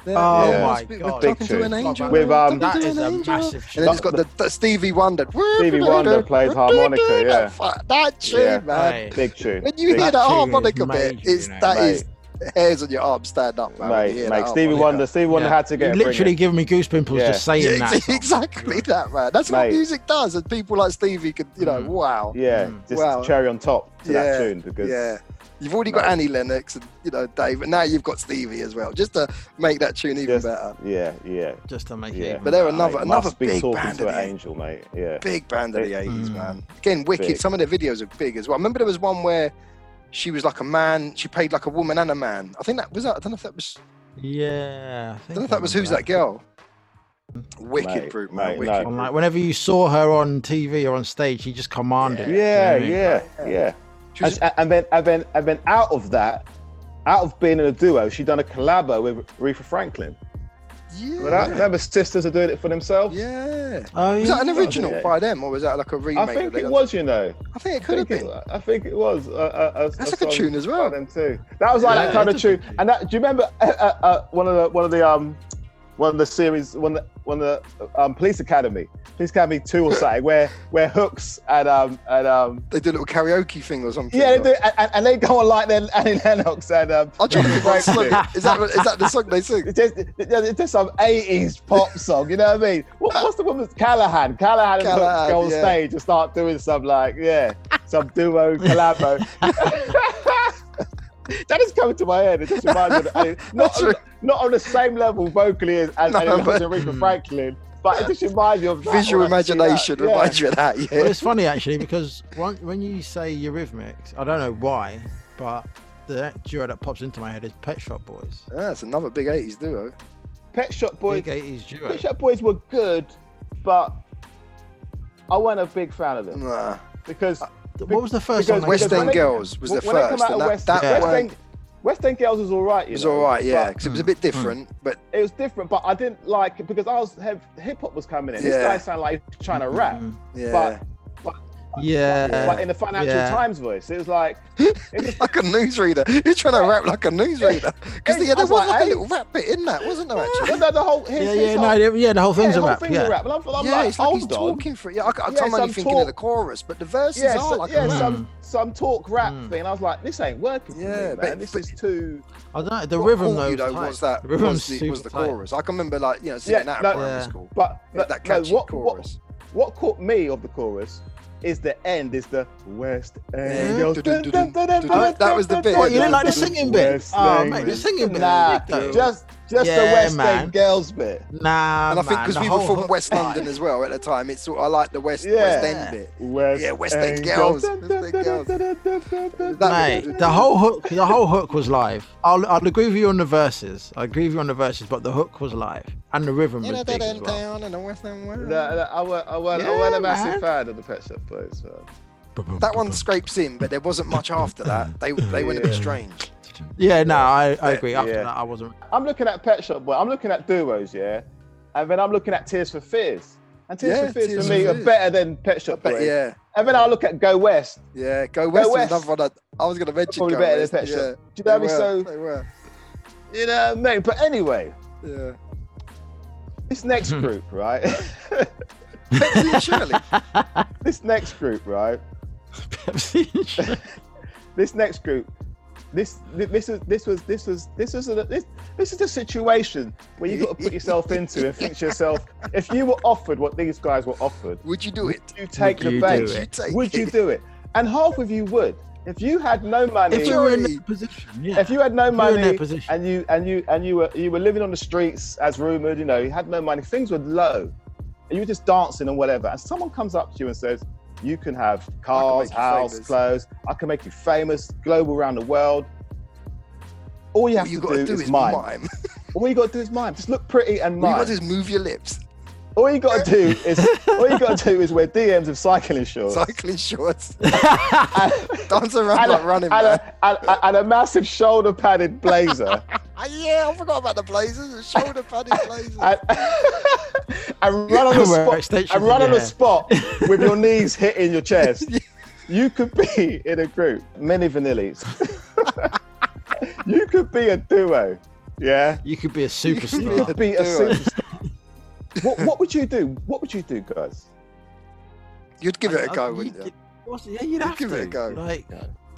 There-
Oh
there
my
must be- we're
God.
talking to
Big
an
tune.
angel
With,
we're
um,
talking
That
to
is
an
a
angel.
massive
and then it's got the, the Stevie Wonder.
Stevie Wonder plays harmonica, yeah.
That tune,
Yeah.
man.
Hey,
big tune.
When you
big
hear
That
that
tune is
harmonica bit,
major,
it's
you know,
that is [LAUGHS] hairs on your arm stand up, man. when you
mate,
hear
mate.
that oh
Stevie
harmony.
Wonder, Stevie Wonder
Yeah.
had to
You
get a bringer.
literally giving me goose pimples
Yeah.
just saying
[LAUGHS] Yeah,
that.
ex- exactly that, man. That's what
Mate.
music does, and people like Stevie could, you know,
Mm.
wow.
Yeah,
Mm.
just
Wow.
cherry on top to
Yeah,
that tune because
Yeah. You've already got
Mate.
Annie Lennox and you know Dave, and now you've got Stevie as well, just to make that tune even
Just-
better.
yeah, yeah.
Just to make
Yeah.
it.
But they're
Mate,
another another
must be
big
talking
band
to an
of the
angel, mate. Yeah,
big band of the
Big.
eighties,
Mm.
man. Again, wicked.
Big.
Some of their videos are big as well. I remember there was one where she was like a man. She played like a woman and a man. I think that was. that- I don't know if that was.
Yeah.
I
think
don't know if that was
remember
who's that girl. Wicked
Mate,
group, man.
mate,
wicked.
no.
On
group.
like whenever you saw her on TV or on stage, she just commanded. it, do you know
yeah,
what I mean?
yeah, yeah.
She was-
and, and then, and then, and then, out of that, out of being in a duo, she done a collabo with Aretha Franklin.
yeah.
Remember that? Remember sisters are doing it for themselves.
yeah.
Oh
Was
yeah.
that an original
Yeah.
by them, or was that like a remake?
I
that
think
they
it
done?
was, you know.
I think it
I
could have
think
been.
it- I think it was. Uh, uh, uh,
That's like a
song
tune as
by
well.
them too. That was like
Yeah,
that kind of
that's a
tune.
good
And that, do you remember uh, uh, uh, one of the one of the um one of the series one of the, one of the um, Police Academy, Police Academy two or something, where where Hooks and um and um
They did a little karaoke thing or something.
yeah,
or-
they do, and- and, and they go on like their Annie Lennox and um. [LAUGHS]
I'm trying to think
Frank
what
do.
song. [LAUGHS] Is that is that the song
[LAUGHS]
they sing?
It's just, it's just some 80s pop song, you know what I mean? What, what's the woman's Callahan? Callahan, and Hooks
Callahan,
go on
yeah.
stage and start doing some like, yeah, some duo
[LAUGHS]
collabo. [LAUGHS] that is coming to my head. It just reminds me of I mean, not,
[LAUGHS] That's right.
not on the same level vocally as, as,
No,
as
but-
Aretha
Hmm.
Franklin, but it just reminds you of that
Visual
when I see that,
imagination
yeah.
reminds you of that. Yeah.
Well, it's funny actually because when, when you say Eurythmics, I don't know why, but the duo that pops into my head is Pet Shop Boys.
Yeah, it's another big 80s duo.
Pet Shop Boys.
Big 80s duo.
Pet Shop Boys were good, but I wasn't a big fan of them
Nah.
because
What was the first
because
one?
West
West
when
End
they-
Girls Mm. was the
when they
first.
come out
And
of
that,
West,
that
Yeah.
West,
one
End, West End Girls was all right. You
was
know,
all right, yeah,
but Hmm.
because it was a bit different. But
it was different, but I didn't like it because I was hip hop was coming in. This
Yeah.
guy sounded like he was trying to rap,
yeah,
but
Yeah.
but in the Financial
yeah.
Times voice, it was like
[LAUGHS] like a newsreader. [LAUGHS] He's trying to rap like a
[LAUGHS]
newsreader because
Hey,
yeah,
I
there
was
was like,
like,
a
hey.
little rap bit in
[LAUGHS]
that, wasn't there? Actually,
no, no, the
[LAUGHS]
whole his,
Yeah,
his
yeah,
whole,
no, yeah, yeah, the whole
yeah,
thing's
the
a
whole
rap.
thing's
Yeah.
a rap. And I'm, I'm
yeah,
like,
it's like he's
hold on.
talking for it. Yeah, I, I'm
Yeah,
only
some
thinking of the
talk.
chorus, but the verses
Yeah,
are
so-
like
yeah,
a rap.
some some talk rap
Mm.
thing. I was like, this ain't working. for me,
Yeah,
man.
but-
this
but-
is too.
I don't know. The
What
rhythm
caught
though.
you
was
know,
tight.
was that
the
was
rhythm's
the, was the
super tight.
chorus. I can remember like you know singing
Yeah,
that
no-
at primary
Yeah.
school.
But
Yeah,
no,
that
no,
catchy
what, what
chorus.
what caught me of the chorus is the end. Is the West End.
Yeah.
Girls.
Oh, that was the bit.
Oh, you didn't like the singing bit?
West
Oh,
End
mate, the
Girls.
singing bit.
Nah,
Though.
just just the
Yeah,
West
man.
End girls bit.
Nah,
and I
man,
think because
the
we were
whole
from
hook-
West London as well at the time, it's sort of, I like the West West
Yeah.
End bit.
West
Yeah, West End girls. West End girls.
Mate, the whole hook, the whole hook was live. I'll, I'll agree with you on the verses. I agree with you on the verses, but the hook was live and the rhythm
You
was
know
big
that
as
end
well.
town and the West End world.
No, no, I weren't, I weren't, I
Yeah,
weren't a massive
man.
fan of the Pet Shop Boys. Man.
That one scrapes in, but there wasn't much after that. They they went a bit
Yeah.
strange.
Yeah, no, I, I agree. After
Yeah.
that, I wasn't.
I'm looking at Pet Shop Boy. I'm looking at duos, yeah, and then I'm looking at Tears for Fears. And Tears
Yeah,
for Fears
Tears
for
for
me
Fears.
are better than Pet Shop
But
Boys.
yeah,
And then I look at Go West.
yeah. Go West, was
West.
another one. I, I was gonna mention.
Probably
Go
better
West.
than Pet
yeah.
Shop. Do you know
They
me?
were,
So
they were.
you know, mate. But anyway,
Yeah.
this next
Hmm.
group, right? [LAUGHS]
Betsy and Shirley.
this next group, right?
[LAUGHS]
this next group this this is this was this was this was a, this this is a situation where you got to put yourself into and think to yourself if you were offered what these guys were offered
Would you do it?
you take
you
the
do
bait
it?
You take
would you
it?
do it and half of you would if you had no money
if you were in
Majority.
that position, yeah.
if you had no
If you were in
money
their position.
and you and you and you were you were living on the streets as rumored, you know, you had no money, things were low, and you were just dancing and whatever, and someone comes up to you and says, "You can have cars,
make you
house,
famous."
clothes. I can make you famous, global around the world." All you have
What you
to
gotta
do,
do
is,
is
mime.
mime. [LAUGHS]
All you got to do is mime. Just look pretty and
All you
mime.
gotta do is move your lips.
all you got to
[LAUGHS]
do is all you got to do is wear DMs of cycling shorts.
Cycling shorts.
and,
Dance around
and a-
like running
and
man.
a, and, a, and a massive shoulder padded
[LAUGHS]
blazer.
Ah, yeah, I forgot about the blazers, the shoulder
[LAUGHS]
padded blazers.
and, [LAUGHS] and run on the
Wear
spot.
extensions
And
in
run on
your
the
hair. [LAUGHS]
spot with your knees hitting your chest. You could be in a group, many vanillas. [LAUGHS] you could be a duo. Yeah.
You could be a
You
superstar.
could be a
Duo.
superstar. what, what would you do? What would you do, guys?
You'd give it a go,
You
wouldn't you?
could- what's- Yeah, you'd have
give
to.
it a go.
Like,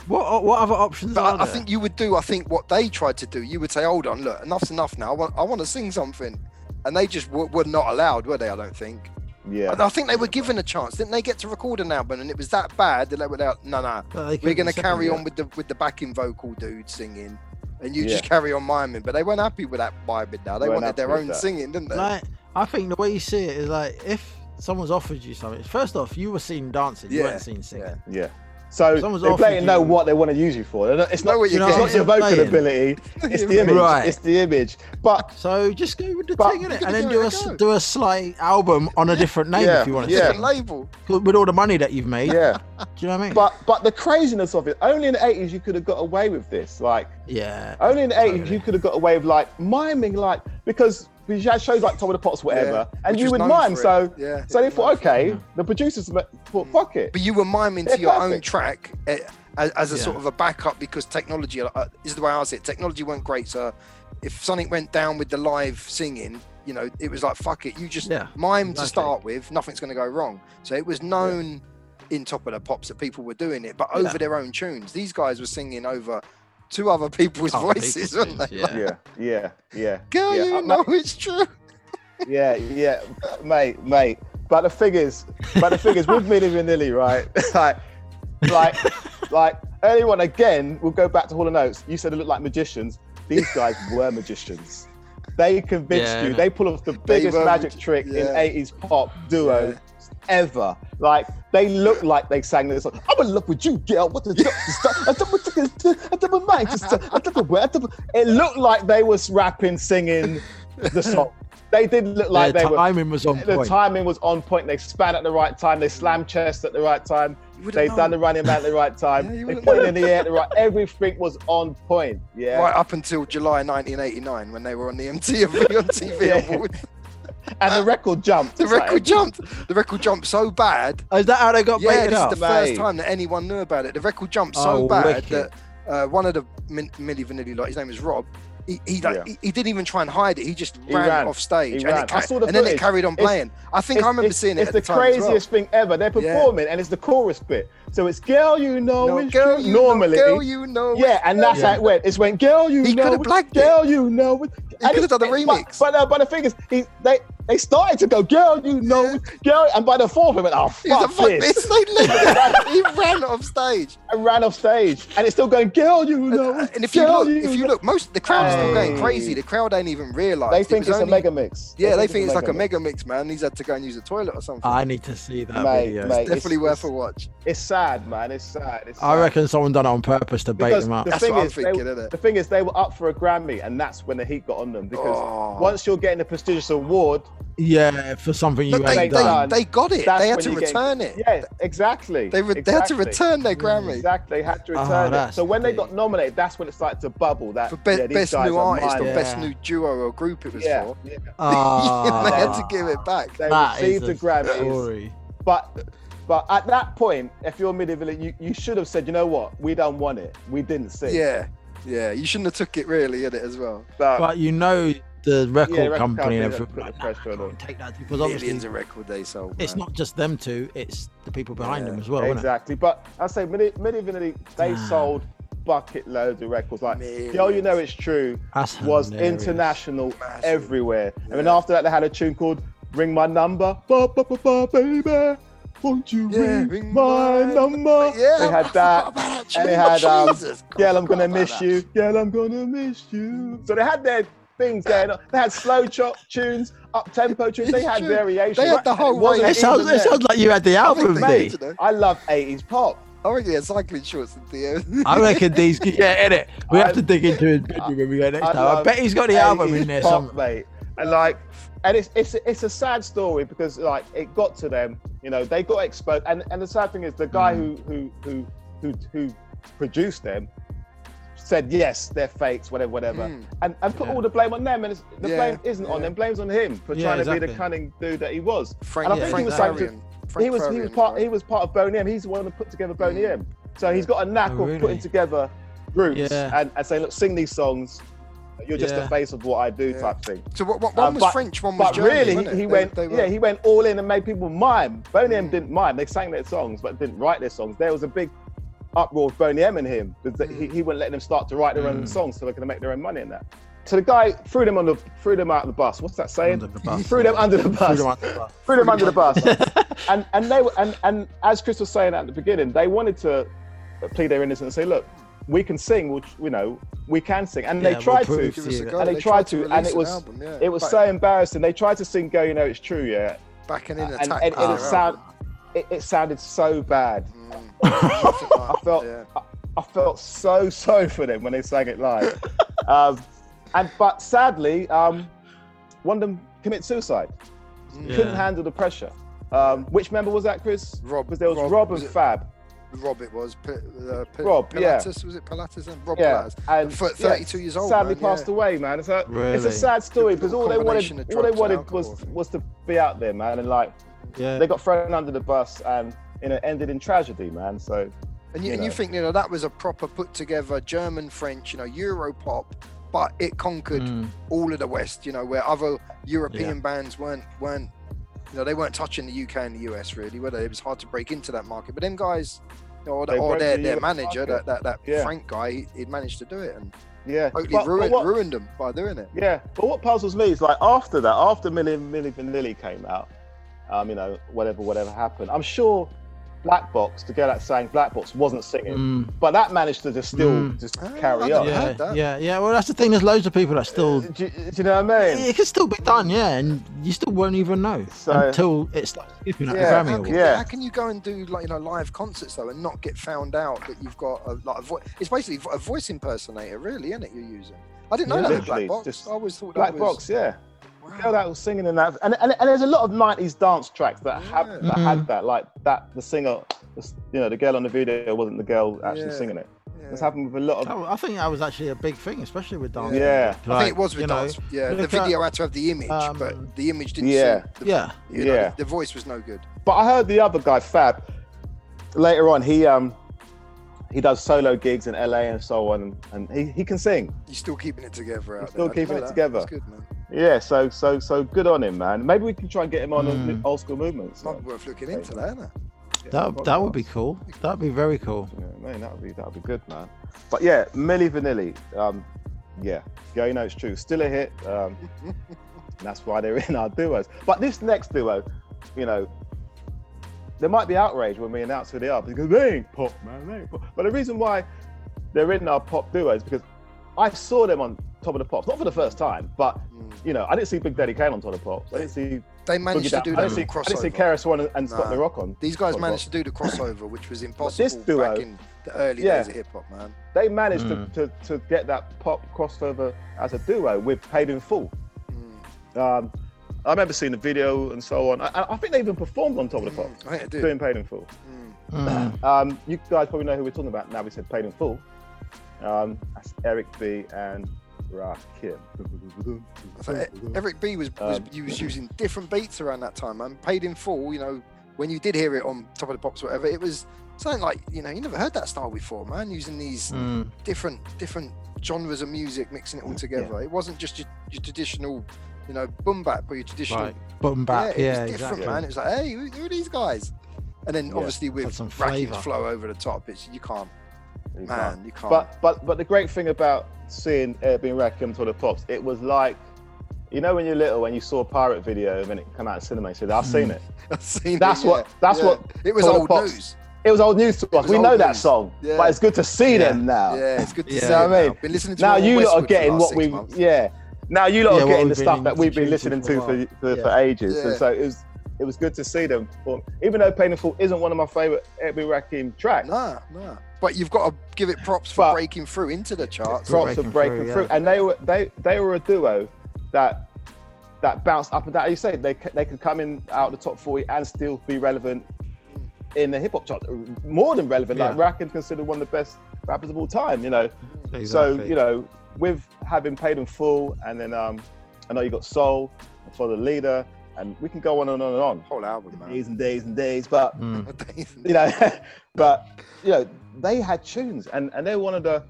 What what other options
But
are
I, I
there?
think you would do, I think, what they tried to do. You would say, hold on, look, enough's enough now. I want, I want to sing something. And they just w- were not allowed, were they? I don't think.
Yeah.
And I think they were given a chance. Didn't they get to record an album? And it was that bad that they were like, no, no,
Well, they
we're
couldn't
going to
accept
carry
it.
on with the with the backing vocal dude singing. And you
Yeah.
just carry on miming. But they weren't happy with that miming now. They
Weren't
wanted their
happy with
own
that.
singing, didn't they?
Like I think the way you see it is like if someone's offered you something. First off, you were seen dancing. You
Yeah,
weren't seen singing.
yeah.
Yeah. So
Someone's
they
offered
play and know
you-
what they want to use you for. They're not- It's
Know
not,
what
it's
you're
getting.
not your
Know what
vocal
[LAUGHS]
you're
ability. It's the
Right.
image.
Right.
It's the image. But
So just go with the
But-
thing in it,
You're
and
gonna
then
give
do
it
a
a
s-
go.
do a slight album on a different name
Yeah,
if you want to.
yeah.
Different label.
With all the money that you've made.
yeah.
Do you know what I mean?
But but the craziness of it. Only in the eighties you could have got away with this. Like
yeah.
only in the eighties
Totally.
you could have got away with like miming. Like because we had shows like Tom of the Pots, whatever,
Yeah,
and
which
you
was
would
known
mime.
for
So
it. yeah. Mm.
so they thought, okay,
Yeah.
the producers ma- thought, fuck it.
But you were miming
They're
to your own
perfect.
track eh, as, as a
Yeah.
sort of a backup because technology uh, this is the way I see it. Technology weren't great, so if something went down with the live singing, you know, it was like fuck it. You just
Yeah,
mime
exactly.
to start with. Nothing's going to go wrong. So it was known in top of the pops that people were doing it, but
Yeah.
over their own tunes. These guys were singing over two other people's
Other
voices,
people's
weren't they?
tunes,
Like,
[LAUGHS] yeah.
Yeah, yeah, yeah.
Girl,
Yeah,
you
I-
know it's true.
Yeah, yeah, mate, mate. But the thing is, but the thing is, with Milli Vanilli, right? [LAUGHS] like, like, like earlier on again, we'll go back to Hall and Oates. You said they look like magicians. These guys were magicians. They convinced
Yeah.
you. They pull off the biggest
were
magic
magi-
trick
yeah.
in '80s pop duo ever. Like they look like they sang this. Like, I'm in love with you, girl. What the duck is that? I don't want to- I don't want mine to stop. I don't want where- I don't want-" It looked like they was rapping, singing the song. They did look like
Their
they were.
timing was on
The
point.
timing was on point. They span at the right time. They slam chest at the right time.
You wouldn't
They
know.
done the running man at the right
[LAUGHS] Yeah,
time.
you
they
wouldn't
pointed in the air at the right. Everything was on point. Yeah.
Right up until July 1989 when they were [LAUGHS] on the MTV on
[LAUGHS]
TV
Yeah.
award.
And the record jumped.
The
It's like-
record jumped. The record jumped so bad.
Oh, Is that how they got
Yeah,
baited
this is
up?
the first
Mate.
time that anyone knew about it. The record jumped
Oh,
so bad
wicked.
that uh, one of the Min- Milli Vanilli, like his name is Rob, he he, like,
Yeah.
he he didn't even try and hide it. He just
He
ran,
ran.
off stage,
He
and,
ran.
It ca-
I saw the
and then it
footage.
carried on
It's-
playing. I think I
It's-
remember
it's-
seeing it.
It's
at
the,
time as well.
craziest thing ever. They're
Yeah.
performing and it's the chorus bit. So it's girl, you know,
No,
it's
girl,
true."
you
normally.
know, girl, you know.
yeah, and that's
Yeah.
how it went. It's when girl, you
He
know,
could've
it's-
blanked it.
girl, you know. it's- and
could've
it's-
done the
it-
remix.
But, but, uh, but the thing is, he, they they started to go girl, you know, it's girl, and by the fourth, they went, oh
He was
fuck,
like, fuck
this. [LAUGHS]
this. [LAUGHS] They left it. he ran off stage.
and ran off stage, and it's still going girl, you
And,
know.
uh,
it's
and if you
girl,
look, if you
know."
look, most the crowd is still going
Hey.
crazy. The crowd ain't even realised.
they
It
think
was
it's a
only-
mega mix.
Yeah, they think it's like a mega mix, man. He's had to go and use a toilet or something.
I need to see that
Mate,
video.
mate. it's-
Definitely worth
it's-
a watch.
It's sad, man. It's sad. It's
I
sad.
reckon someone done it on purpose to bait
Because
them up.
the
That's
thing
what I'm
is, they-
thinking, isn't it?
The thing is, they were up for a Grammy, and that's when the heat got on them because
Oh.
once you're getting a prestigious award,
Yeah, for something you
But they,
ain't
ain't
they,
done.
[LAUGHS] done.
they got it.
That's
They had
when
to
you get-
return it.
yeah, exactly.
They, re- they had to
exactly.
return their Grammy.
Exactly, they had to
Oh,
return it.
that's
So when they
big.
got nominated, that's when it started to bubble. That
For be-
yeah, these
best
guys
new
are
artist or
mine.
Yeah.
best new duo or group it was
Yeah,
for. [LAUGHS]
yeah.
Ah,
they had to give it back.
They
that is
received the Grammys,
story.
but but at that point, if you're medieval, you you should have said, you know what, we don't want it, we didn't see. it."
Yeah, yeah. You shouldn't have took it really in it as well.
but,
But you know the record
yeah, the record
company and
company
everything.
put the
like, nah,
pressure on
can't
them.
take that because obviously
Millions of record they sold.
it's
man.
not just them two; it's the people behind
Yeah,
them as well. Isn't it?
exactly. But I say Midi- medieval, they
Damn.
sold bucket loads of records. Like,
Millions. Oh,
yo, you know it's true.
That's
was
hilarious.
international
Massive.
everywhere. And then
Yeah.
after that, they had a tune called "Ring My Number." Ba, ba, ba, ba, baby, won't you
Yeah,
ring,
ring
my,
my-
number?
Yeah,
they
I
had
forgot [LAUGHS]
that.
about that.
and they had, um,
Jesus, God,
Girl,
I
I'm gonna
forgot about
miss
that.
you. Girl, I'm gonna miss you. So they had their things there. They had slow chop tunes, up tempo tunes. They
It's
had
true.
variations.
They had the
And
whole
it wasn't
range.
It sounds,
even
it sounds like you had the
I think
album,
they
Mate.
did,
mate.
you know.
there. I love 80s pop.
I reckon they had cycling shorts in the end.
I reckon
[LAUGHS]
these. Yeah, in it. We
I-
have to dig into his bedroom when we go next
I
time. I
love
bet he's got the album in
80s
there
pop,
somewhere.
mate. And like, and it's it's it's a sad story because like it got to them, you know, they got exposed. And and the sad thing is, the guy
Hmm.
who who who who who produced them said yes, they're fakes, whatever, whatever,
Mm.
and and put
Yeah.
all the blame on them. And it's, the
Yeah,
blame isn't on
yeah.
them; blame's on him for
Yeah,
trying to be
exactly.
the cunning dude that he was.
Frank,
And I
think he
Frank
was like
to-
Farian. Frank
he was he was
Farian,
part
right?
he was part of Boney M. He's the one that put together Boney
Mm.
M. So he's got a knack
Oh,
of putting
really?
together groups
Yeah.
and, and saying, look, sing these songs. You're just
Yeah.
the face of what I do,
Yeah.
type thing.
So what, what,
Uh,
one was
but-
French, one was
But
German.
really,
wasn't
he,
it?
he
They-
went,
they were-
yeah, he went all in and made people mime. Boney M
Mm.
didn't mime; they sang their songs, but didn't write their songs. There was a big uproar with Boney M and him. That- that
Mm.
He, he wouldn't let them start to write their
Mm.
own songs so they could make their own money in that. So the guy threw them on the threw them out of the bus. What's that saying?
Under the bus.
Threw them under the bus.
Threw them under the bus.
Threw them under the bus. and and they were- and and as Chris was saying at the beginning, they wanted to plead their innocence and say, look, we can sing. We'll, you know, we can sing, and
Yeah,
they
we'll
tried
prove
to
to you that-
and they, tried to, and
release
it
an
was
album, yeah.
it was
Back-
so embarrassing. They tried to sing "Go You Know It's True," yeah,
backing in
and,
attack.
and, and
Ah.
it sound it, it sounded so bad. [LAUGHS]
[LAUGHS] I
I felt uh, I, I felt so [LAUGHS] sorry for them when they sang it live. um, and but sadly, um, one of them committed suicide. Couldn't
Yeah.
handle the pressure. Um, which member was that, Chris?
Rob-
Because there was
Rob,
Rob,
was
and
it?
Fab.
Rob it was. P- uh, P-
Rob, yeah.
Pilatus, was it Pilatus? And Rob
Yeah,
Pilatus.
and
Th-
yeah,
32 years old.
Sadly,
man,
passed
yeah.
away, man. It's a, it's
Really?
a sad story because all they
Combination
wanted,
of
all they
drugs and
wanted
alcohol, I
was
think.
was to be out there, man, and like
Yeah.
they got thrown under the bus and you know ended in tragedy, man. So
And you,
you
and you
know.
think, you know, that was a proper put together German, French, you know, Euro pop, but it conquered
Mm.
all of the West, you know, where other European bands weren't, weren't, you know, they weren't touching the UK and the US really, were they? It was hard to break into that market. But them guys, or, the,
They
or
broke
their,
the
their
US
manager, that,
market.
that, that
Yeah.
Frank guy, he- he'd managed to do it and
yeah,
totally
But- but
ruined,
what-
ruined them by doing it.
yeah. But what puzzles me is like after that, after Millie Millie Vanilli came out, um, you know, whatever whatever happened, I'm sure Black Box, the girl that sang Black Box, wasn't singing,
Mm.
but that managed to just still
Mm.
just
Ah, I
carry
don't
on.
know.
Yeah,
heard that.
yeah, yeah. Well, that's the thing. There's loads of people that still.
Do, you- do you know what I mean?
It can still be done, yeah, and you still won't even know
So-
until it starts skipping at
Yeah,
the Grammy
How can,
Awards.
Yeah.
how can you go and do like you know live concerts though and not get found out that you've got a like a voice? It's basically vo- a voice impersonator, really, isn't it? You're using. I didn't know
Yeah.
that was
Literally,
black box.
just
I always thought
Black
that was,
Box, yeah.
Wow.
girl that was singing in that, and, and, and there's a lot of '90s dance tracks that have
Yeah.
that
Mm-hmm.
had that, like that. The singer, the, you know, the girl on the video wasn't the girl actually
Yeah.
singing it.
Yeah.
It's happened with a lot
That
of,
wa- I think that was actually a big thing, especially with dance.
yeah,
music.
I
Like,
think it was
you
with
know,
dance. Yeah, the
look at,
video had to have the image,
um,
but the image didn't.
Yeah.
suit the,
Yeah,
you know,
Yeah.
the, the voice was no good.
But I heard the other guy, Fab, later on. He um, he does solo gigs in LA and so on, and he, he can sing.
You're still keeping it together out
still
there. I didn't
keeping
know
it
that.
together.
That's good, man.
Yeah, so so so good on him, man. Maybe we can try and get him on
Mm.
old school movements.
Might be worth looking into that. Isn't it?
that that would be cool. That'd be very cool.
You know what I mean? That would be that would be good, man. But yeah, Millie Vanilli. Um, yeah, yeah, you know it's true. Still a hit. Um, and that's why they're [LAUGHS] in our duos. But this next duo, you know, there might be outrage when we announce who they are because they ain't pop, man. They ain't pop. But the reason why they're in our pop duo is because I saw them on Top of the Pops, not for the first time, but
Mm.
you know, I didn't see Big Daddy Kane on Top of the Pops. I didn't see
They
Boogie
managed to
Down.
do
I
that
didn't see,
crossover.
I didn't see KRS One and, and Scott
Nah.
the Rock on.
These guys
Top of the Pops.
managed to do the crossover, which was impossible
this duo-
back in the early
Yeah.
days of hip hop, man.
they managed
Mm.
to, to, to get that pop crossover as a duo with Paid in Full.
Mm.
Um, I remember seeing the video and so on. I- I, I think they even performed on Top of the Pop,
Mm, I think I do.
doing Paid in Full.
Mm.
Mm.
Um, you guys probably know who we're talking about now. We said Paid in Full. Um, that's Eric B and Rakim.
[LAUGHS] So E- Eric B was, was
Um,
he was using different beats around that time and paid in full. You know, when you did hear it on Top of the Pops, or whatever, it was something like you know you never heard that style before, man. Using these
Mm.
different different genres of music, mixing it all together. It wasn't just your, your traditional, you know, boom bap or your traditional.
Right, button back.
it
Yeah,
was different,
exactly.
man. It was like, hey, who, who are these guys? And then
Yeah.
obviously with
Had some
Rakim's
flavour.
flow over the top, it's you can't, man, you can't.
But but but the great thing about seeing uh, being Rakim to the pops, it was like, you know, when you're little and you saw a pirate video and then it come out of cinema and said, "I've seen it."
[LAUGHS] I've seen it,
That's
yeah,
what- that's
yeah.
what
It was
Top of the
old
Pops-
news.
It was old news to us.
was
We
old
know that
news.
song,
Yeah.
but it's good to see
Yeah.
them now.
Yeah, it's good to
Yeah.
see.
You know
it
what I
now.
mean?
Been listening to
Now
all
you
Westwood
lot
for
are
the
getting
last
what
six
we
months.
yeah. Now you lot
Yeah,
are
what
getting the
we've
stuff
been
that we've been
introducing
listening to
for a
for
while.
for, for
Yeah.
ages, and
Yeah.
so it was it was good to see them. perform. Even though Painful isn't one of my favorite Ebby Rakim tracks,
Nah, nah. But you've got to give it props for
But-
breaking through into the charts.
Pro-
props
Breaking
of breaking
Through,
through,
yeah.
and they were they they were a duo that that bounced up and down. Like you say they c- they could come in out the top forty and still be relevant
Mm.
in the hip hop chart, more than relevant.
Yeah.
Like Rakim's considered one of the best rappers of all time, you know. So
Exactly.
you know, with having paid in full, and then um, I know you got soul for the leader, and we can go on and on and on,
Whole album, man. [LAUGHS]
days and days and days. But
Hmm.
Mm.
you know, [LAUGHS] but you know, they had tunes, and and they're one of the,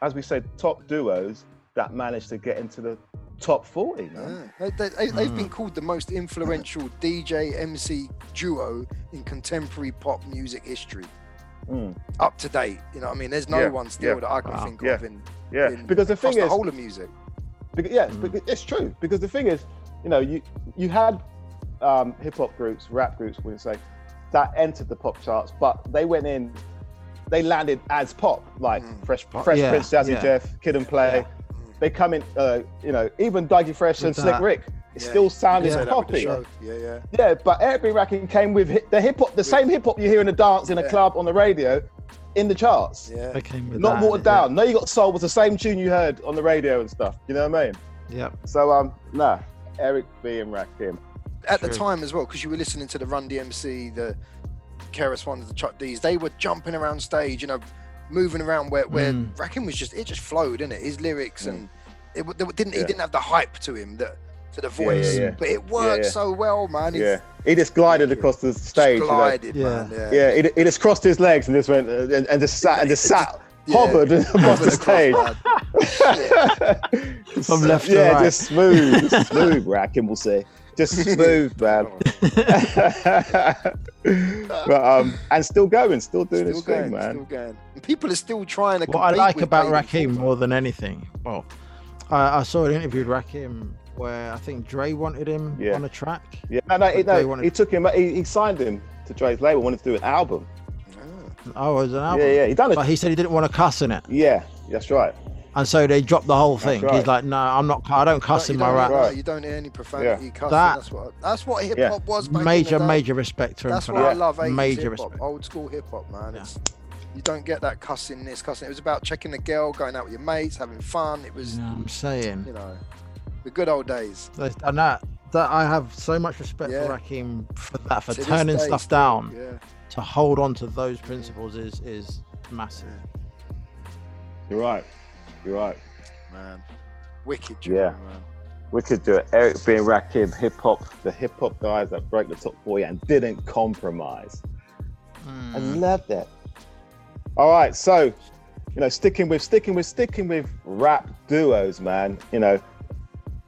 as we said, top duos that managed to get into the top forty. Man.
Yeah. They, they, they- They've
Hmm.
been called the most influential DJ MC duo in contemporary pop music history.
Mm.
up to date. You know what I mean? There's no
Yeah,
one still
yeah.
that I can
Wow.
think
Yeah.
of in,
Yeah,
in
because the
across
thing
the
is,
whole of music.
Because, yes,
Mm.
because it's true. Because the thing is, you know, you you had um, hip hop groups, rap groups, we would say, that entered the pop charts, but they went in, they landed as pop, like
Mm.
Fresh Fresh
Yeah,
Prince, Jazzy
yeah.
Jeff, Kid and Play. They come in, uh, you know, even Dougie Fresh and
With
Slick
that-
Rick it
Yeah,
still
you can
sounded
say that with the
poppy.
show. Yeah, yeah.
Yeah, but every racking came with hi- the hip hop, the same hip hop you hear in the dance, in a
Yeah.
club, on the radio, in the charts.
Yeah.
They came with
Not
that,
watered down. No, you got soul was the same tune you heard on the radio and stuff. You know what I mean?
Yeah. Yep.
So um, nah, Eric B and Rakim.
At the
True.
time as well, because you were listening to the Run DMC, the Keras ones, the Chuck D's, they were jumping around stage, you know, moving around where where
Mm.
Rakim was just it just flowed, innit? His lyrics
Mm.
and it, w- there w- didn't he
Yeah.
didn't have the hype to him that to the
yeah,
voice,
yeah.
but it worked
yeah.
so well, man. It's
Yeah, he just glided across the
just
stage. you know?
glided,
Yeah.
man. Yeah.
Yeah, he, he just crossed his legs and just went uh, and, and just sat and just sat
Yeah.
hovered across the
Across,
[LAUGHS] stage
man.
From left to
Yeah,
right.
just smooth, smooth. [LAUGHS] Rakim will say,
[LAUGHS]
just smooth, man. [LAUGHS] but um, and still going, still doing
still
his
going,
thing, man.
still going. And people are still trying to.
What I
compete
like
with
about
Baden
Rakim
Ford.
more than anything, well, I, I saw an interview with Rakim where I think Dre wanted him
Yeah.
on a track.
Yeah, no, no, he,
But they
no,
wanted-
he took him. He, he signed him to Dre's label. Wanted to do an album.
Oh, it was an album.
Yeah, yeah, he done it.
But he said he didn't want to cuss in it,
Yeah, that's right.
and so they dropped the whole thing.
right.
He's like, "No, I'm not. I don't
Ah.
cuss
You
in my
don't-
rap."
no,
Right.
You don't hear any profanity cussing.
That-
that's what that's what hip
Yeah.
hop was. Back in the
Major,
day.
major respect to him
That's
for
why I
that.
love 80s
major
hip hop,
respect.
old school hip hop, man. It's, you don't get that cussing this cussing. It was about checking the girl, going out with your mates, having fun. It was,
You know what I'm saying.
you know, the good old days.
There's- And that, that I have so much respect
Yeah.
for Rakim for that, for
To this
turning
day,
stuff
still,
down
Yeah.
to hold on to those principles is is massive.
You're right. You're right.
man. Wicked
Yeah.
job, man.
We could do it. Eric being Rakim, hip hop, the hip hop guys that broke the top 40 and didn't compromise. I
Mm.
love that. All right, so you know, sticking with sticking with sticking with rap duos, man. You know,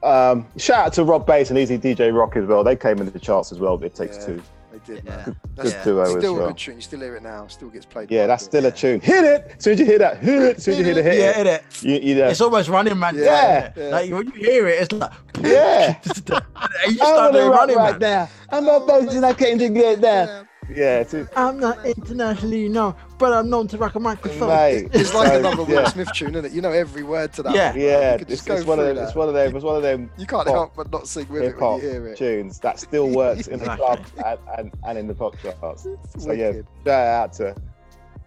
um, shout out to Rob Bass and Easy DJ Rock as well. They came into the charts as well. It takes
Yeah.
two.
They did,
Yeah.
man.
Good duo
still
as
a
well.
good tune. You still hear it now. Still gets played.
Yeah,
quite
that's
a bit.
still a tune. Hit it. As soon as you hear that, hit it. As soon as you hear the hit,
Yeah,
it.
it, it.
You, you uh, know,
It's almost running man.
Yeah,
Yeah.
yeah.
Like when you hear it, it's like
Yeah.
[LAUGHS] you start
I'm
doing
on
running
running
man.
right now. I'm on boats and I came to get down. Yeah, it's,
I'm not internationally known, but I'm known to rock a microphone.
mate.
It's like
so,
another Will
yeah.
Smith tune, isn't it? You know every word to that.
Yeah.
man.
Yeah,
You could
it's,
just go
it's one of
through
them. It's
that.
one of them. It's one of them
You can't
pop.
help but not sing with
hip
it when
hop
[LAUGHS] you hear it.
tunes that still works in the
Exactly.
club and, and, and in the pop charts.
It's
So yeah,
wicked.
shout out to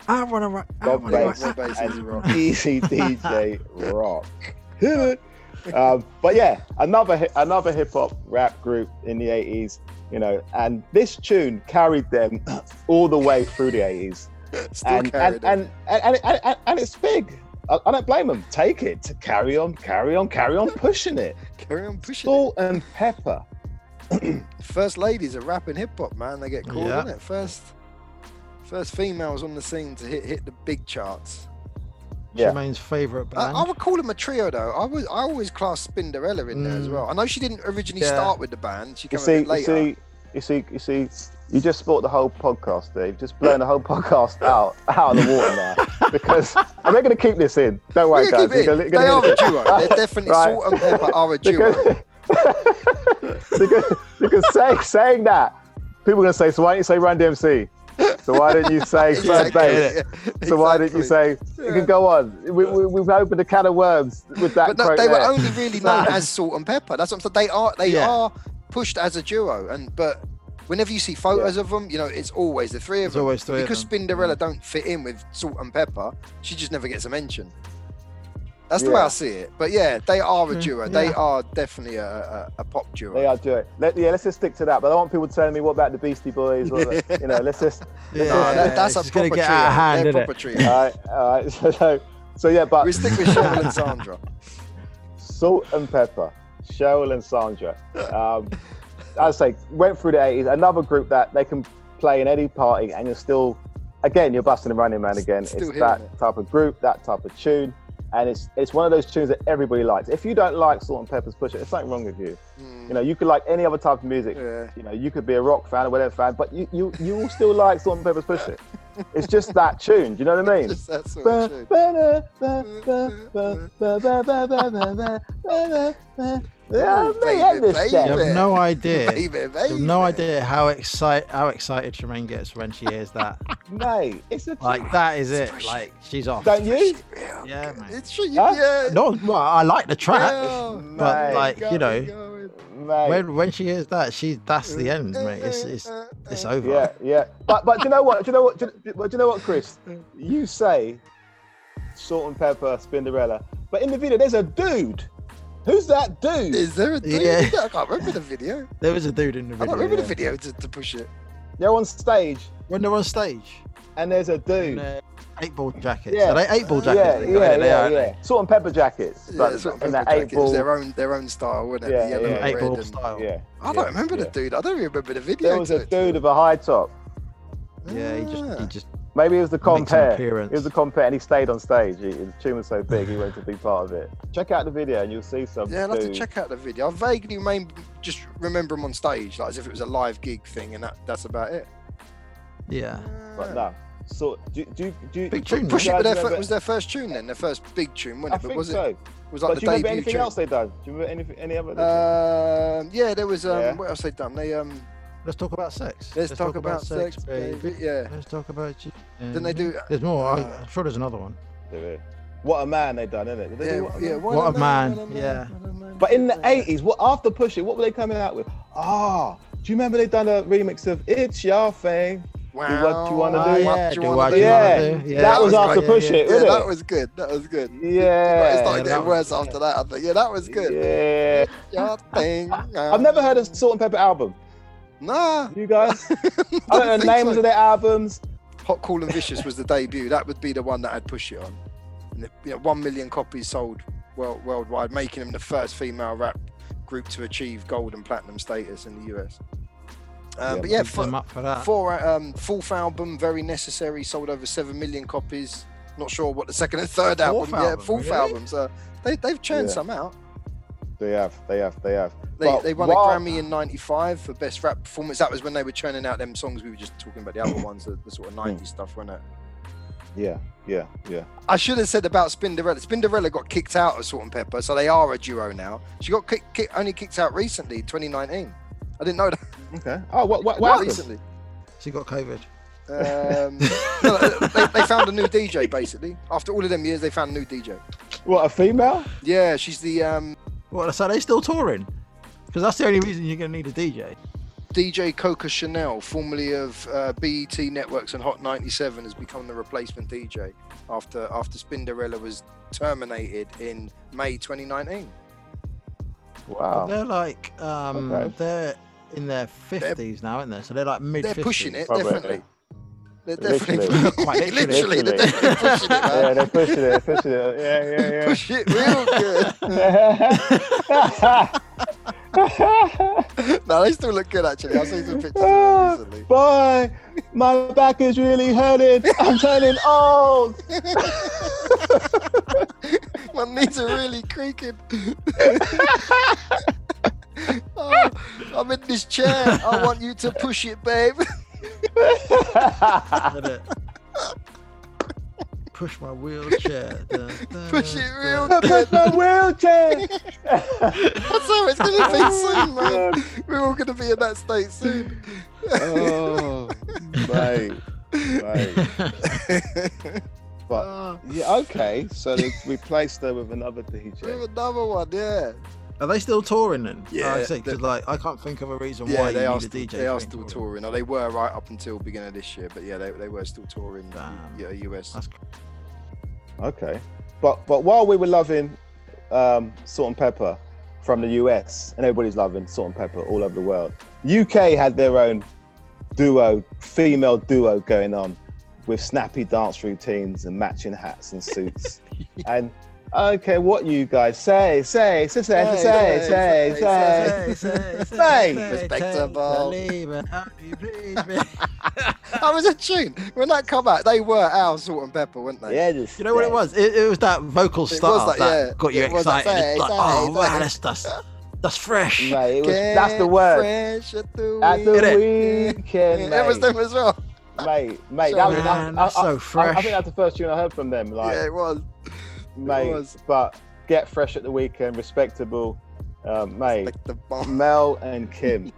I wanna rock. I
Rob
wanna rock.
Bass
rock, rock, rock,
and
rock. [LAUGHS]
Easy DJ Rock. [LAUGHS] Hit it. um, but yeah, another hi- another hip hop rap group in the eighties, you know, and this tune carried them all the way through the eighties,
Still
and
carried
and,
it.
and, and, and, and and it's big. I, I don't blame them. Take it, carry on, carry on, carry on pushing
[LAUGHS]
it.
carry on pushing. it.
Salt and pepper.
First ladies are rapping hip hop, man. They get called
Yeah.
in it. First, first females on the scene to hit hit the big charts.
Yeah.
Jermaine's favourite
I,
band.
I would call them a trio though. I was I always class Spinderella in there as
Mm.
well. I know she didn't originally
Yeah.
start with the band. She
You
came a
see,
bit
you
later.
see, you see, you see, you just sport the whole podcast there. You've just blown the whole podcast out out of the water
[LAUGHS]
now. Because and we're gonna keep this in. Don't worry,
We're gonna
guys. We're
keep it.
gonna- we're
They are
gonna-
a
[LAUGHS]
duo. They're definitely
Right.
salt and pepper are a duo. [LAUGHS]
because, [LAUGHS] because, because say, saying that, people are gonna say, so why didn't you say Run DMC? So why didn't you
[LAUGHS]
say Third Base?
Yeah,
[LAUGHS]
So why didn't you
exactly.
say? You can go on. We, we, we've opened a can of worms with that
But no,
quote
they were
there.
only really known as Salt and Pepper. That's what I'm saying. They are they
Yeah.
are pushed as a duo, and but whenever you see photos of them, you know it's always the three of
There's
them.
always three of
because
them.
Spinderella don't fit in with Salt and Pepper, she just never gets a mention. That's the way
Yeah.
I see it. But yeah, they are a
Mm,
duo. They
yeah.
are definitely a, a, a pop duo.
They are doing. Let, yeah, let's just stick to that. But I want people telling me what about the Beastie Boys? Or
[LAUGHS]
the, you know, let's just
yeah,
No, that- that's
it's
a
gonna
proper
get
trio.
out of hand,
They're
isn't
proper
it?
trio.
all right, all right. [LAUGHS] So, so, so yeah, but
we stick with Cheryl and
[LAUGHS]
Sandra.
salt and pepper, Cheryl and Sandra. Um, I say went through the eighties. Another group that they can play in any party, and you're still, again, you're busting and running, man. Again,
Still
it's
hearing
that
it.
type of group, that type of tune, and it's it's one of those tunes that everybody likes. If you don't like salt and pepper's push it, there's something wrong with you.
Mm,
You know, you could like any other type of music.
yeah. [LAUGHS]
You know, you could be a rock fan or whatever fan, but you you you will still like salt and pepper's push it. It's just that tune. Do you know what I mean?
Just that sort of tune. Hmm.
yeah,
Oh,
me
baby,
You
understand.
baby.
have
[LAUGHS]
no idea.
Baby,
You have no idea how excite how excited Tremaine gets when she
[LAUGHS]
hears that.
Mate, it's a
[LAUGHS] Like that is it. Like she's off.
Don't you?
Yeah, mate.
It's true.
Huh?
Yeah.
No, well, I like the track,
Yeah.
but
Mate.
[LAUGHS] like you know,
Mate.
when when she hears that, she that's the end, mate.
[LAUGHS]
It's it's it's over.
Yeah, yeah. But but do you know what? Do you know what? Do you, do you know what,
[LAUGHS]
Chris? You say salt and pepper, Spinderella, but in the video there's a dude. Who's that dude?
Is there a dude?
Yeah.
[LAUGHS] I can't remember the video.
There was a dude in the
I
video.
can't remember the
yeah.
video to, to push it.
They're on stage
When they're on stage,
and there's a dude.
in, uh, eight ball jackets.
Yeah.
Are they eight ball
yeah,
jackets?
yeah,
they got?
yeah,
they
yeah,
are, aren't
Salt and pepper jackets.
Yeah,
like,
that's what
and
people
that
take
eight
it. It's
ball.
their own their own style, wasn't it?
Yeah,
The yellow
yeah.
they?
and
Eight
red
ball
and-
style.
Yeah.
I don't
yeah,
remember
yeah.
the dude. I don't remember the video.
There was
to
a
it.
dude with a high top.
Yeah, he just
Ah.
he just
Maybe it was the
Makes an
compare.
appearance.
It was the compare, and he stayed on stage. He, the tune was so big, he wanted to be part of it. Check out the video, and you'll see some.
Yeah, I'll have to
dude.
check out the video. I vaguely remember, just remember him on stage, like as if it was a live gig thing, and that, that's about it.
yeah.
But no, so do do do. you-
Big
do you
tune,
Push it
guys
with their
remember-
fir- was their first tune then, their first big tune,
I
wasn't it?
think
But was
so.
it was like
but do
the
you remember
debut
anything
tune.
else they done? Do you remember anything? Any other?
Um, yeah, there was um,
Yeah.
what else they done? They um,
Let's talk about sex.
let's, talk, about, sex, baby. Yeah,
Let's talk about you.
Then they do-
There's more. I,
Uh,
I'm sure there's another one.
tune? what a man they done, innit? Did they
yeah,
do what a
yeah.
Man?
What a man,
what a
yeah.
what a man.
But in the eighties, what after Push It, what were they coming out with? Ah, do you remember they done a remix of It's Your Thing?
wow.
what you wanna do.
What
Yeah,
you
do
wanna
what
do.
you
Yeah,
wanna do. Yeah,
that was
that was
after
great.
Push
Yeah,
It,
Yeah,
wasn't
that
it?
was good. That was good. But
yeah,
it started
Yeah,
getting
that
worse after that. I think. Yeah, that was good.
Yeah,
Your thing. um,
I've never heard a Salt and Pepper album.
Nah. [LAUGHS]
You guys, I don't know the
think
names
so.
of their albums.
Hot, Cool, and Vicious was the debut. That would be the one that I'd push it on. And it, you know, one million copies sold world, worldwide, making them the first female rap group to achieve gold and platinum status in the US. Um,
Yeah,
but yeah,
Big them
for,
up for that.
four um, fourth album, very necessary, sold over seven million copies. Not sure what the second and third
Fourth
album.
album,
yeah, fourth
really?
albums. Uh, they they've churned
Yeah.
some out.
They have, they have, they have.
They,
Well,
they won
while-
a Grammy in '95 for best rap performance. That was when they were churning out them songs we were just talking about, the other ones, the, the sort of '90s stuff, wasn't it?
Yeah, yeah, yeah.
I should have said about Spinderella. Spinderella got kicked out of Salt and Pepper, so they are a duo now. She got kick, kick, only kicked out recently, 2019. I didn't know that.
Okay. Oh, what, what,
Not
what happened?
recently.
She got COVID.
Um, no, they, they found a new DJ basically. After all of them years, they found a new DJ.
What, a female?
Yeah, she's the um,
Well, so they still touring? Because that's the only reason you're gonna need a DJ.
DJ Coca Chanel, formerly of uh, BET Networks and Hot 97, has become the replacement DJ after after Spinderella was terminated in May 2019. Oh.
But
Wow.
They're like, um,
Okay.
they're in their fifties now, aren't they? So they're like mid.
They're pushing it,
Probably.
definitely. They're
Literally.
definitely
Quite
[LAUGHS] literally,
literally.
they're
[LAUGHS]
definitely pushing it, man.
Yeah, they're pushing it, pushing it. Yeah,
Push it real good.
yeah, yeah.
no, they still look good actually. I've seen some pictures of
Ah.
them recently.
[LAUGHS] Boy, my back is really hurting. I'm turning old. [LAUGHS]
My knees are really
[LAUGHS]
creaking. [LAUGHS] oh, I'm in this chair. I want you to push it, babe.
Get it? Push
[LAUGHS]
my wheelchair. Dun, dun,
Push it real
dun.
good.
Push my wheelchair.
What's up? It's gonna be [LAUGHS] soon, man. We're all gonna be in that state soon. [LAUGHS]
oh, mate, mate. But
Oh,
yeah, okay. So they replaced her with another
we have
DJ.
another one, yeah.
Are they still touring then?
Yeah,
Like I said, 'cause,
they-
like I can't think of a reason
Yeah,
why
they
you
are
need
still,
a DJ.
they
if
are
ain't
still
touring.
touring. Or they were right up until beginning of this year, but yeah, they, they were still touring.
Damn.
Yeah, US.
That's
Okay. But but while we were loving um, salt and pepper from the US, and everybody's loving salt and pepper all over the world, UK had their own duo, female duo going on with snappy dance routines and matching hats and [LAUGHS] suits. and okay, what you guys say, say, say, say,
Say,
say, say,
say, say,
say.
[LAUGHS]
Hey,
respectable. [LAUGHS]
You
That was a tune. When that come out, they were our salt and pepper, weren't they?
Yeah, just
know what it
say.
was? It, it was that vocal
was
style
that,
that,
yeah.
got you
It was that,
excited. It's
say,
like,
say,
oh
say."
wow, that's that's that's fresh.
Mate, it was, that's the word.
Fresh at the
At the
Get it?
weekend,
That was
mate.
them as well.
mate, mate.
So-
that was that-
Man, that's so
I- I- I,
fresh.
think that's the first tune I heard from them. Like,
yeah, it was.
mate,
was.
but get fresh at the weekend, respectable, um, mate.
Like the bomb.
Mel and
[LAUGHS]
Kim,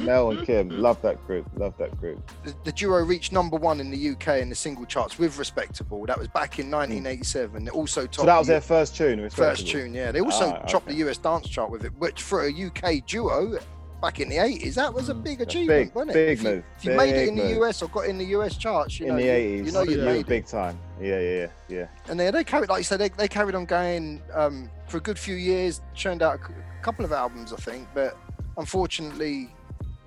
Mel and Kim, love that group, love that group.
The, the duo reached number one in the UK in the single charts with Respectable. That was back in 1987. They also topped
So that was
the
their first tune.
first
Respectable.
tune, yeah. They also
Ah,
topped
okay.
the US dance chart with it, which for a UK duo back in the 80s, that was a big
Mm. That's
achievement,
big,
wasn't it?
big
if you,
move.
if you made it
big
in
move.
the US or got in the US charts, you
in
know,
the
you-
eighties,
you know you
yeah.
made it.
big time. Yeah, yeah, yeah, yeah.
and they, they carried like you said they, they carried on going um, for a good few years churned out a c- couple of albums i think but unfortunately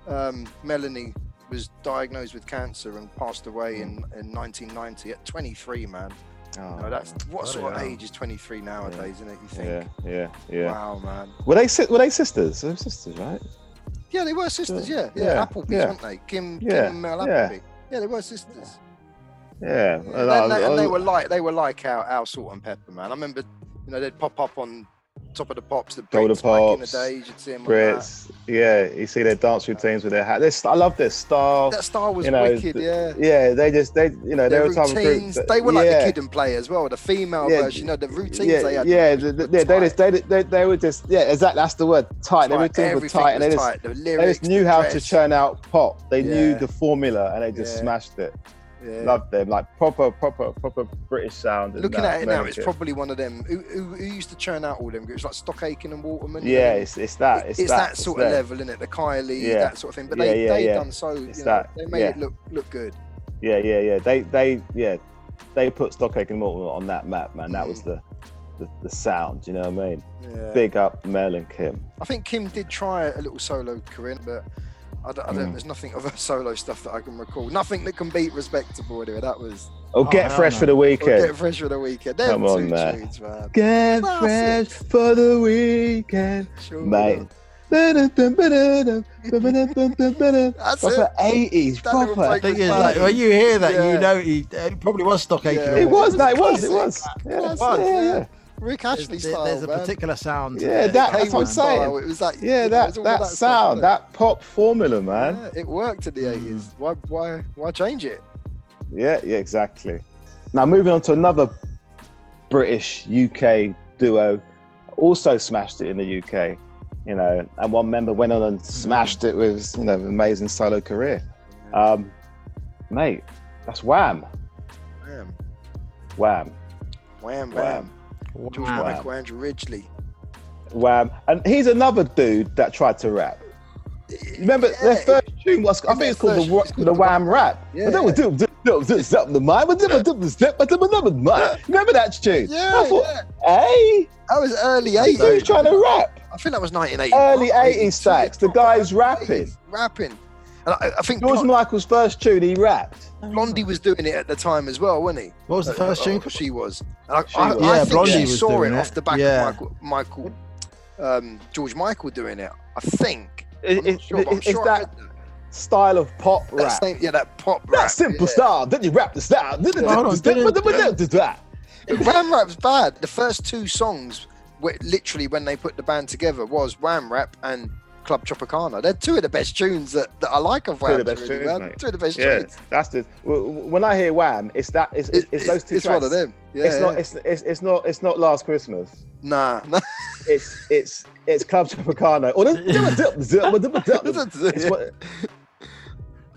um, melanie was diagnosed with cancer and passed away in, in 1990 at 23 man
Oh,
You know, that's what
bloody
sort of
hell.
age is 23 nowadays isn't it you think
yeah, yeah, yeah.
wow man
Were they si- were they sisters? They were sisters, right?
yeah they were sisters yeah
Yeah,
yeah,
yeah,
appleby's
yeah.
weren't they kim, kim
Yeah,
and mel
yeah.
appleby yeah they were sisters
Yeah.
Yeah,
well,
and, they,
I-
and
I-
they were like they were like our, our salt and pepper man. I remember, you know, they'd pop up on top of the pops, the
Top of the
Brits back in the
Pops,
day. You'd see them on that.
Brits. Yeah, you see their dance routines with their hat. This I love their style.
That style was
you know,
wicked,
the-
yeah.
Yeah, they just they you know they
Their
were the type of group.
routines,
that-
they were like
yeah.
the kid and play as well, the female
Yeah,
version. You know, the routines
yeah,
they had.
yeah, the, the, yeah, they
tight.
just they, they they were just yeah, exactly that's the word tight. Their
Tight,
routines were
everything
tight, and they
was
just
tight, the
they
lyrics,
just knew
the
how to
dress.
churn out pop. They knew
Yeah.
the formula, and they just
Yeah.
smashed it.
Yeah.
Loved them like proper proper proper British sound. and
Looking
that,
at it now, it's
American.
probably one of them. Who, who, who used to churn out all them groups like Stock Aitken and Waterman? you know,
yeah,
them-
it's it's that
it's,
it's,
that,
it's
sort
them.
of level, isn't it? The Kylie,
Yeah.
that sort of thing. But
Yeah,
they
yeah,
they
yeah.
done so.
It's
you know,
that,
they made
yeah.
it look look good.
Yeah, yeah, yeah. They they yeah, they put Stock Aitken Mortimer on that map, man. That was the, the the sound. You know what I mean?
Mm. Yeah.
Big up Mel and Kim.
I think Kim did try a little solo career, but I don't, I don't,
Mm.
there's nothing of her solo stuff that I can recall. Nothing that can beat respectable. Anyway, that was
Oh,
Oh,
get
hell
fresh
no.
for the
okay.
weekend.
get fresh for the weekend. Them
Come on,
two
man.
tunes, man.
Get
Classic.
fresh for the weekend,
Sure.
mate. That's proper eighties,
That little
proper.
break
Thing
was
is, like,
banging.
when you hear that,
Yeah.
you know he it probably was stock
Yeah.
aching.
It
It was, no, it was, it
Classic.
was. Yeah,
Classic,
yeah,
yeah.
yeah.
Rick
There's,
Ashley style,
there's a
man.
particular sound. to
Yeah,
it.
that- that's
Come
what I'm
on.
saying.
Style. It was like, you
Yeah,
know,
that
it's all
that
stuff,
sound,
innit?
that pop formula, man. Mm.
Yeah, it worked in the 80s. Why, why, why change it?
Yeah, yeah, exactly. Now moving on to another British UK duo, also smashed it in the UK. You know, and one member went on
Hmm.
and smashed it with his, you know amazing solo career. Um, mate, that's Wham,
Wham,
Wham,
wham,
Wham,
wham. George
Wow.
Michael, Andrew Ridgely.
Wham, and he's another dude that tried to rap. Remember
Yeah,
their first tune was I think it's called the,
Their
Wha-
first-
the Wham Rap.
Yeah.
But then we do- do- do- do something to mine, but then we do this step, but then we do another mine. Remember that tune?
Yeah,
I thought,
yeah.
hey,
That was early
he's
80s.
trying to rap.
I think that was 1980.
Early 80s sax.
sax.
The guy's rapping.
Rapping. And I, I think
George
Blon-
Michael's first tune, he rapped.
Blondie was doing it at the time as well, wasn't he?
What was the first
Uh,
tune?
oh, She was. And I,
She
I,
was.
I
Yeah,
think
Blondie
she
was
saw it
doing
off
it.
the back
Yeah.
of Michael, Michael um, George Michael doing it. I think.
It-
I'm not
it-
sure, but I'm
it's
sure I
that
read that.
style of pop
That
rap.
same- yeah, that pop rap.
That simple style. Then you rap the style. Then
Well, hold on, didn't-
that.
yeah. Wham rap's bad. The first two songs, were, literally when they put the band together, was Wham rap and Club Tropicana. They're two of the best tunes that, that I like of
Two of
Wham.
the best tunes, mate.
Two of the best
Yeah,
tunes.
that's the. w- w- When I hear Wham, it's that. It's, it's, it's those two
It's
tracks.
one of them. Yeah,
it's not.
yeah.
It's, it's it's not. It's not Last Christmas.
Nah, nah. [LAUGHS]
It's it's it's Club Tropicana. Or the- it's what,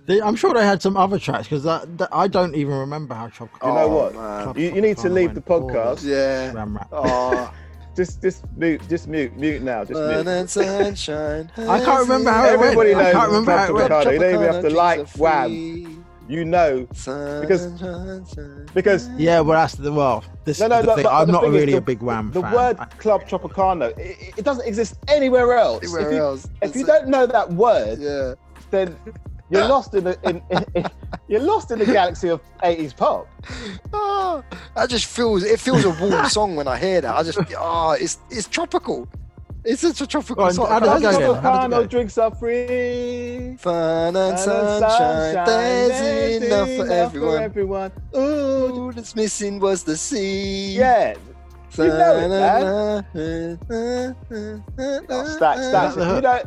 They- I'm sure they had some other tracks because that, that- I don't even remember how Chop.
You know
Oh,
what?
man.
You, you need to
Tropicana
leave the
went forward.
podcast.
Yeah.
Ram rap.
[LAUGHS]
Oh,
Just just mute. Just mute. Mute now. Just
sun
mute.
and sunshine.
I can't remember how it went.
Everybody
I
knows
can't remember how it went.
Tropicana. You don't even have to
Tropicana
like
drinks are
Wham.
free.
You know
Sun
Because-
and sunshine.
because
Yeah, well, that's the well. This
No,
is
no,
the
no,
thing.
but- but
I'm
the
not
thing is
really
the-
a big Wham
the
fan.
word
I-
Club Tropicana, it, it doesn't exist anywhere else.
Anywhere
if you,
else.
If you
It's a-
don't know that word,
Yeah.
then you're lost in the in, in, in- you're lost in the galaxy of 80s
[LAUGHS]
pop.
Oh, that just feels. It feels a
[LAUGHS]
warm song when I hear that. I just. Oh, it's it's tropical. It's such a tropical
Go on,
song.
how
Club
does it go then? How does it go?
Tropicana drinks are free.
Fun and sunshine. There's enough for everyone.
everyone.
All that's missing was the sea.
Yeah, You know it, man. Oh,
Stop,
stacks, stacks.
Is that the
You know,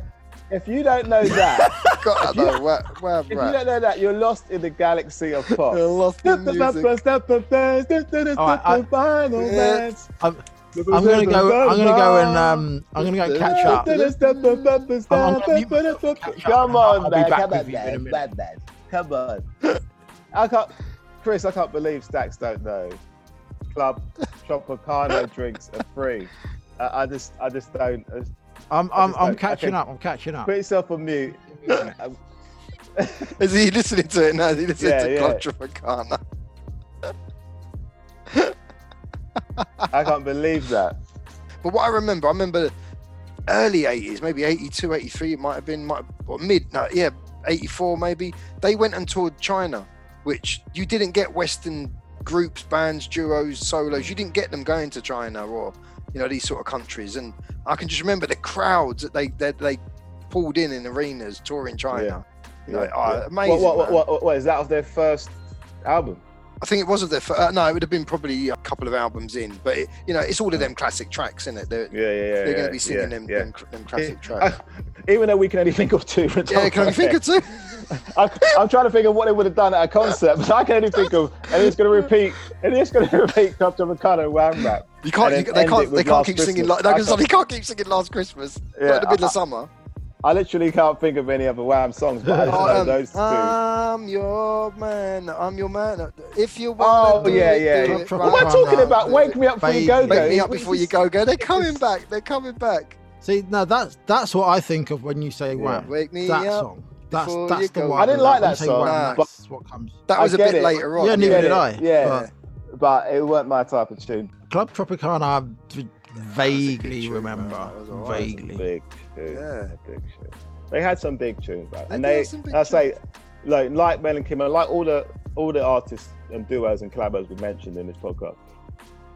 if you don't
[LAUGHS]
know that,
God,
you-
though, where, where,
if you
where?
don't know that, you're lost in the galaxy of pop.
I love
[LAUGHS]
the music.
I- I'm- I'm gonna go. I'm gonna go and um. I'm gonna go and catch
[LAUGHS]
up. I'm- I'm gonna mute myself, catch up,
Come
and I'll- I'll
on,
be
man.
back
Come
with
on,
you in a
man.
minute.
Bad, bad. Come on. I can't, Chris. I can't believe Stacks don't know. Club Tropicano drinks are free. I, I just, I just don't. I just-
I'm
I
I'm
just
I'm
don't-
catching
okay.
up. I'm catching up.
Put yourself on mute. Um,
Is he listening to it now? Is he listening
Yeah,
to
yeah.
Contra Vacana?
I can't believe that.
But what I remember, I remember early 80s, maybe 82, 83, it might have been, might or mid, no, yeah, 84 maybe. They went and toured China, which you didn't get Western groups, bands, duos, solos. You didn't get them going to China or, you know, these sort of countries. And I can just remember the crowds that they that they pulled in in arenas touring China. You know,
Yeah,
oh,
yeah.
amazing.
What, what,
man.
what, what, what is that of their first album?
I think it wasn't their first. Uh, no, it would have been probably a couple of albums in, but it, you know, it's all of them classic tracks, isn't it? They're,
Hmm. Yeah, yeah, yeah.
they're going
yeah,
to be singing
yeah,
them,
yeah.
them,
[LAUGHS]
them classic tracks.
I- even though we can only think of two. we're
yeah,
talking
can I
about
think
it.
of two?
I, I'm trying to think of what they would have done at a concert, but I can only think of, and it's going to repeat, and it's going to [LAUGHS] repeat Club Jamaica Wham Rap.
You can't.
then
You, they
end
can't.
it
They
with
can't
Last
keep singing.
Christmas.
Like,
I
they
can't-
can't keep singing Last Christmas. Yeah,
Yeah,
in the middle
I-
of summer.
I literally can't think of any other Wham songs, but I just know
Oh, um,
those two.
I'm your man. I'm your man. If you
oh
want.
yeah, yeah.
do it.
What am I talking about? Wake me up before you go,
Baby.
Wake me
go.
up before you go. Go. They're coming back. They're coming back.
See, now that's that's what I think of when you say Wham.
Wake me
that
up.
song. That's
before you
that's the
go.
one.
I didn't like
When you
that
say
song,
Wham,
but-
that's what comes.
That
I
was a
get
bit
it.
later on.
Yeah, neither
get
did
it.
I.
Yeah.
but
But it weren't my type of tune.
Club Tropicana, I v- vaguely
tune, man.
remember.
That was alright.
Vaguely.
Big tune.
Yeah.
Big tune. They had some big tunes, man.
They
and
did
they,
have some big
I say, like like Mel and Kim, and like all the all the artists and duos and collabos we mentioned in this podcast,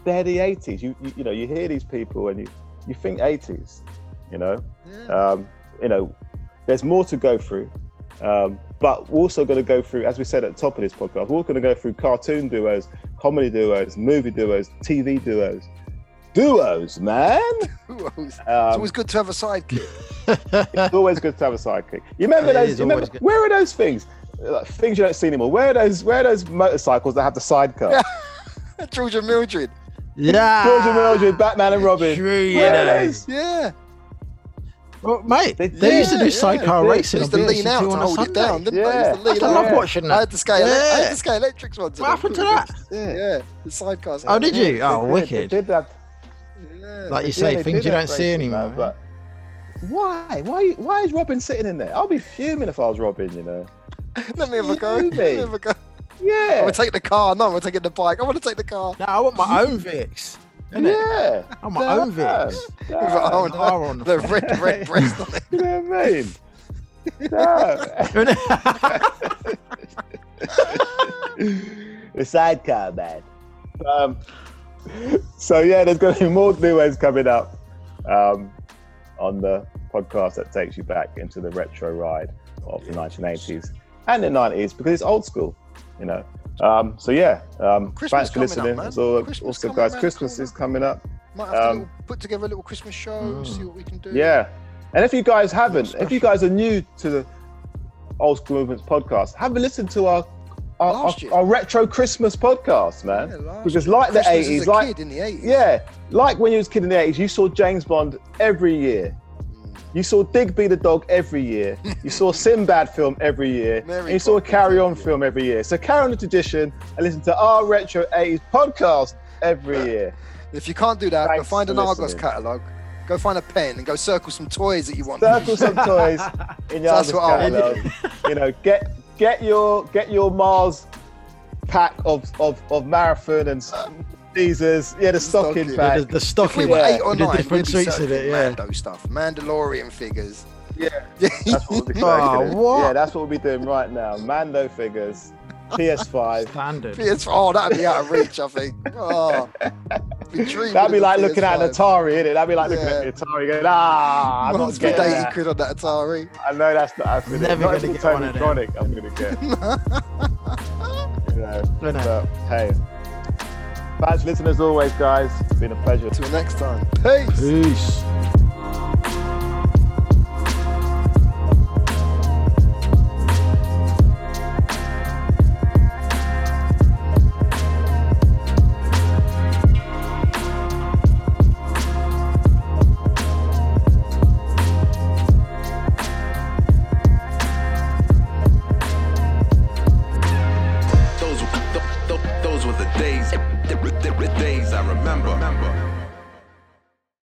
they're the '80s. You you, you know you hear these people and you you think '80s, you know,
Yeah.
um, you know, there's more to go through. Um, but we're also going to go through, as we said at the top of this podcast, we're going to go through cartoon duos, comedy duos, movie duos, TV duos, duos, man.
Who else?
Um,
It's always good to have a sidekick.
yeah, [LAUGHS]
it's always good to have a sidekick. You remember
It
those?
is
You remember,
always good.
where are those things? Like, things you don't see anymore. Where are those? Where are those motorcycles that have the
[LAUGHS]
sidecar?
George and Mildred.
George and Mildred, Batman and Robin.
True, you
Where are
know.
those?
Yeah.
Well, mate,
They-
they, used to
yeah,
do
yeah.
sidecar
They
racing.
They
on
used to lean
BBC
out
Two
and
on a
hold it
Sunday.
down, didn't
Yeah.
they? Used to lean
I love
out.
watching
I
that.
had the scale. I
Yeah.
had the scale electrics once.
What happened to that?
Yeah, the sidecars.
Oh, did you?
They
Oh,
did-
wicked.
They did that.
Yeah.
Like you
yeah,
say,
they
things
did
you
that
don't see
racing,
anymore.
man, But why? Why? Why is Robin sitting in there? I'll be fuming if I was Robin. You know.
Oh,
[LAUGHS] Let me have a go.
You
Let me
mean?
have a go. I
Yeah.
would take the car. No, I'm taking the bike. I want to take
[LAUGHS]
the car.
No, I
[LAUGHS]
want my own Vix. Innit? [LAUGHS]
Yeah.
I want my own
Damn.
Vix.
With a-
Damn.
oh,
An R on
[LAUGHS]
the [LAUGHS]
The red,
[LAUGHS]
red breast on it.
You know what I mean? Damn. the sidecar man. Um, so yeah, there's going to be more duos coming up um, on the podcast that takes you back into the retro ride of the 1980s and the 90s because it's old school, you know. Um, so yeah, um,
Christmas
thanks for listening.
coming up, man.
As al-
Christmas
also,
coming
guys,
round the
Christmas
corner.
is coming up.
Might have to
Um, Hmm.
little- put together a little Christmas show. See what we can do.
Yeah. And if you guys haven't, if you guys are new to the Old School Movements podcast, have a listen to our our, our,
Last year.
our retro Christmas podcast, man.
Yeah, last
because like
Christmas
the
as
eighties,
a
like
kid in the eighties.
yeah, like when you was a kid in the eighties, you saw James Bond every year.
Mm.
You saw Digby the dog every year. You
[LAUGHS]
saw Sinbad film every year.
Mary
and you saw a
Poppins
Carry On
every year.
film every year. So carry on the tradition and listen to our retro 80s podcast every year.
If you can't do that, go
Thanks
find
for
an Argos
listening.
catalogue. Go find a pen and go circle some toys that you want.
circle
[LAUGHS]
some toys in your
That's
That's
what I
catalog. you know, get get your get your Mars pack of of, of marathon and Caesars. Yeah, the stocking
Stocking.
the,
bag.
the
If we
stocking.
were
Yeah.
eight or
With the
nine, we'd
different
be
suits in
circling
it, yeah.
Mando stuff, Mandalorian figures. [LAUGHS]
Yeah,
Yeah.
that's what we'll be
[LAUGHS] Ah,
Oh,
circling.
what?
Yeah, that's what we'll be doing right now. Mando figures, PS5.
Standard.
PS4. Oh, that'd be out of reach, I
[LAUGHS]
think. Oh, be dreaming
That'd be
of a
like looking at an
PS5.
Atari, innit? That'd be like looking
Yeah.
at the Atari going, ah, I'm
Well,
not
it's been
getting
80
that.
quid on that Atari.
I know that's not happening.
Never
not if
gonna
it's
get one of them.
Tonic, I'm gonna get. you know,
Dunno.
but hey. Thanks for listening as always, guys. It's been a pleasure.
Till next time. Peace.
Peace.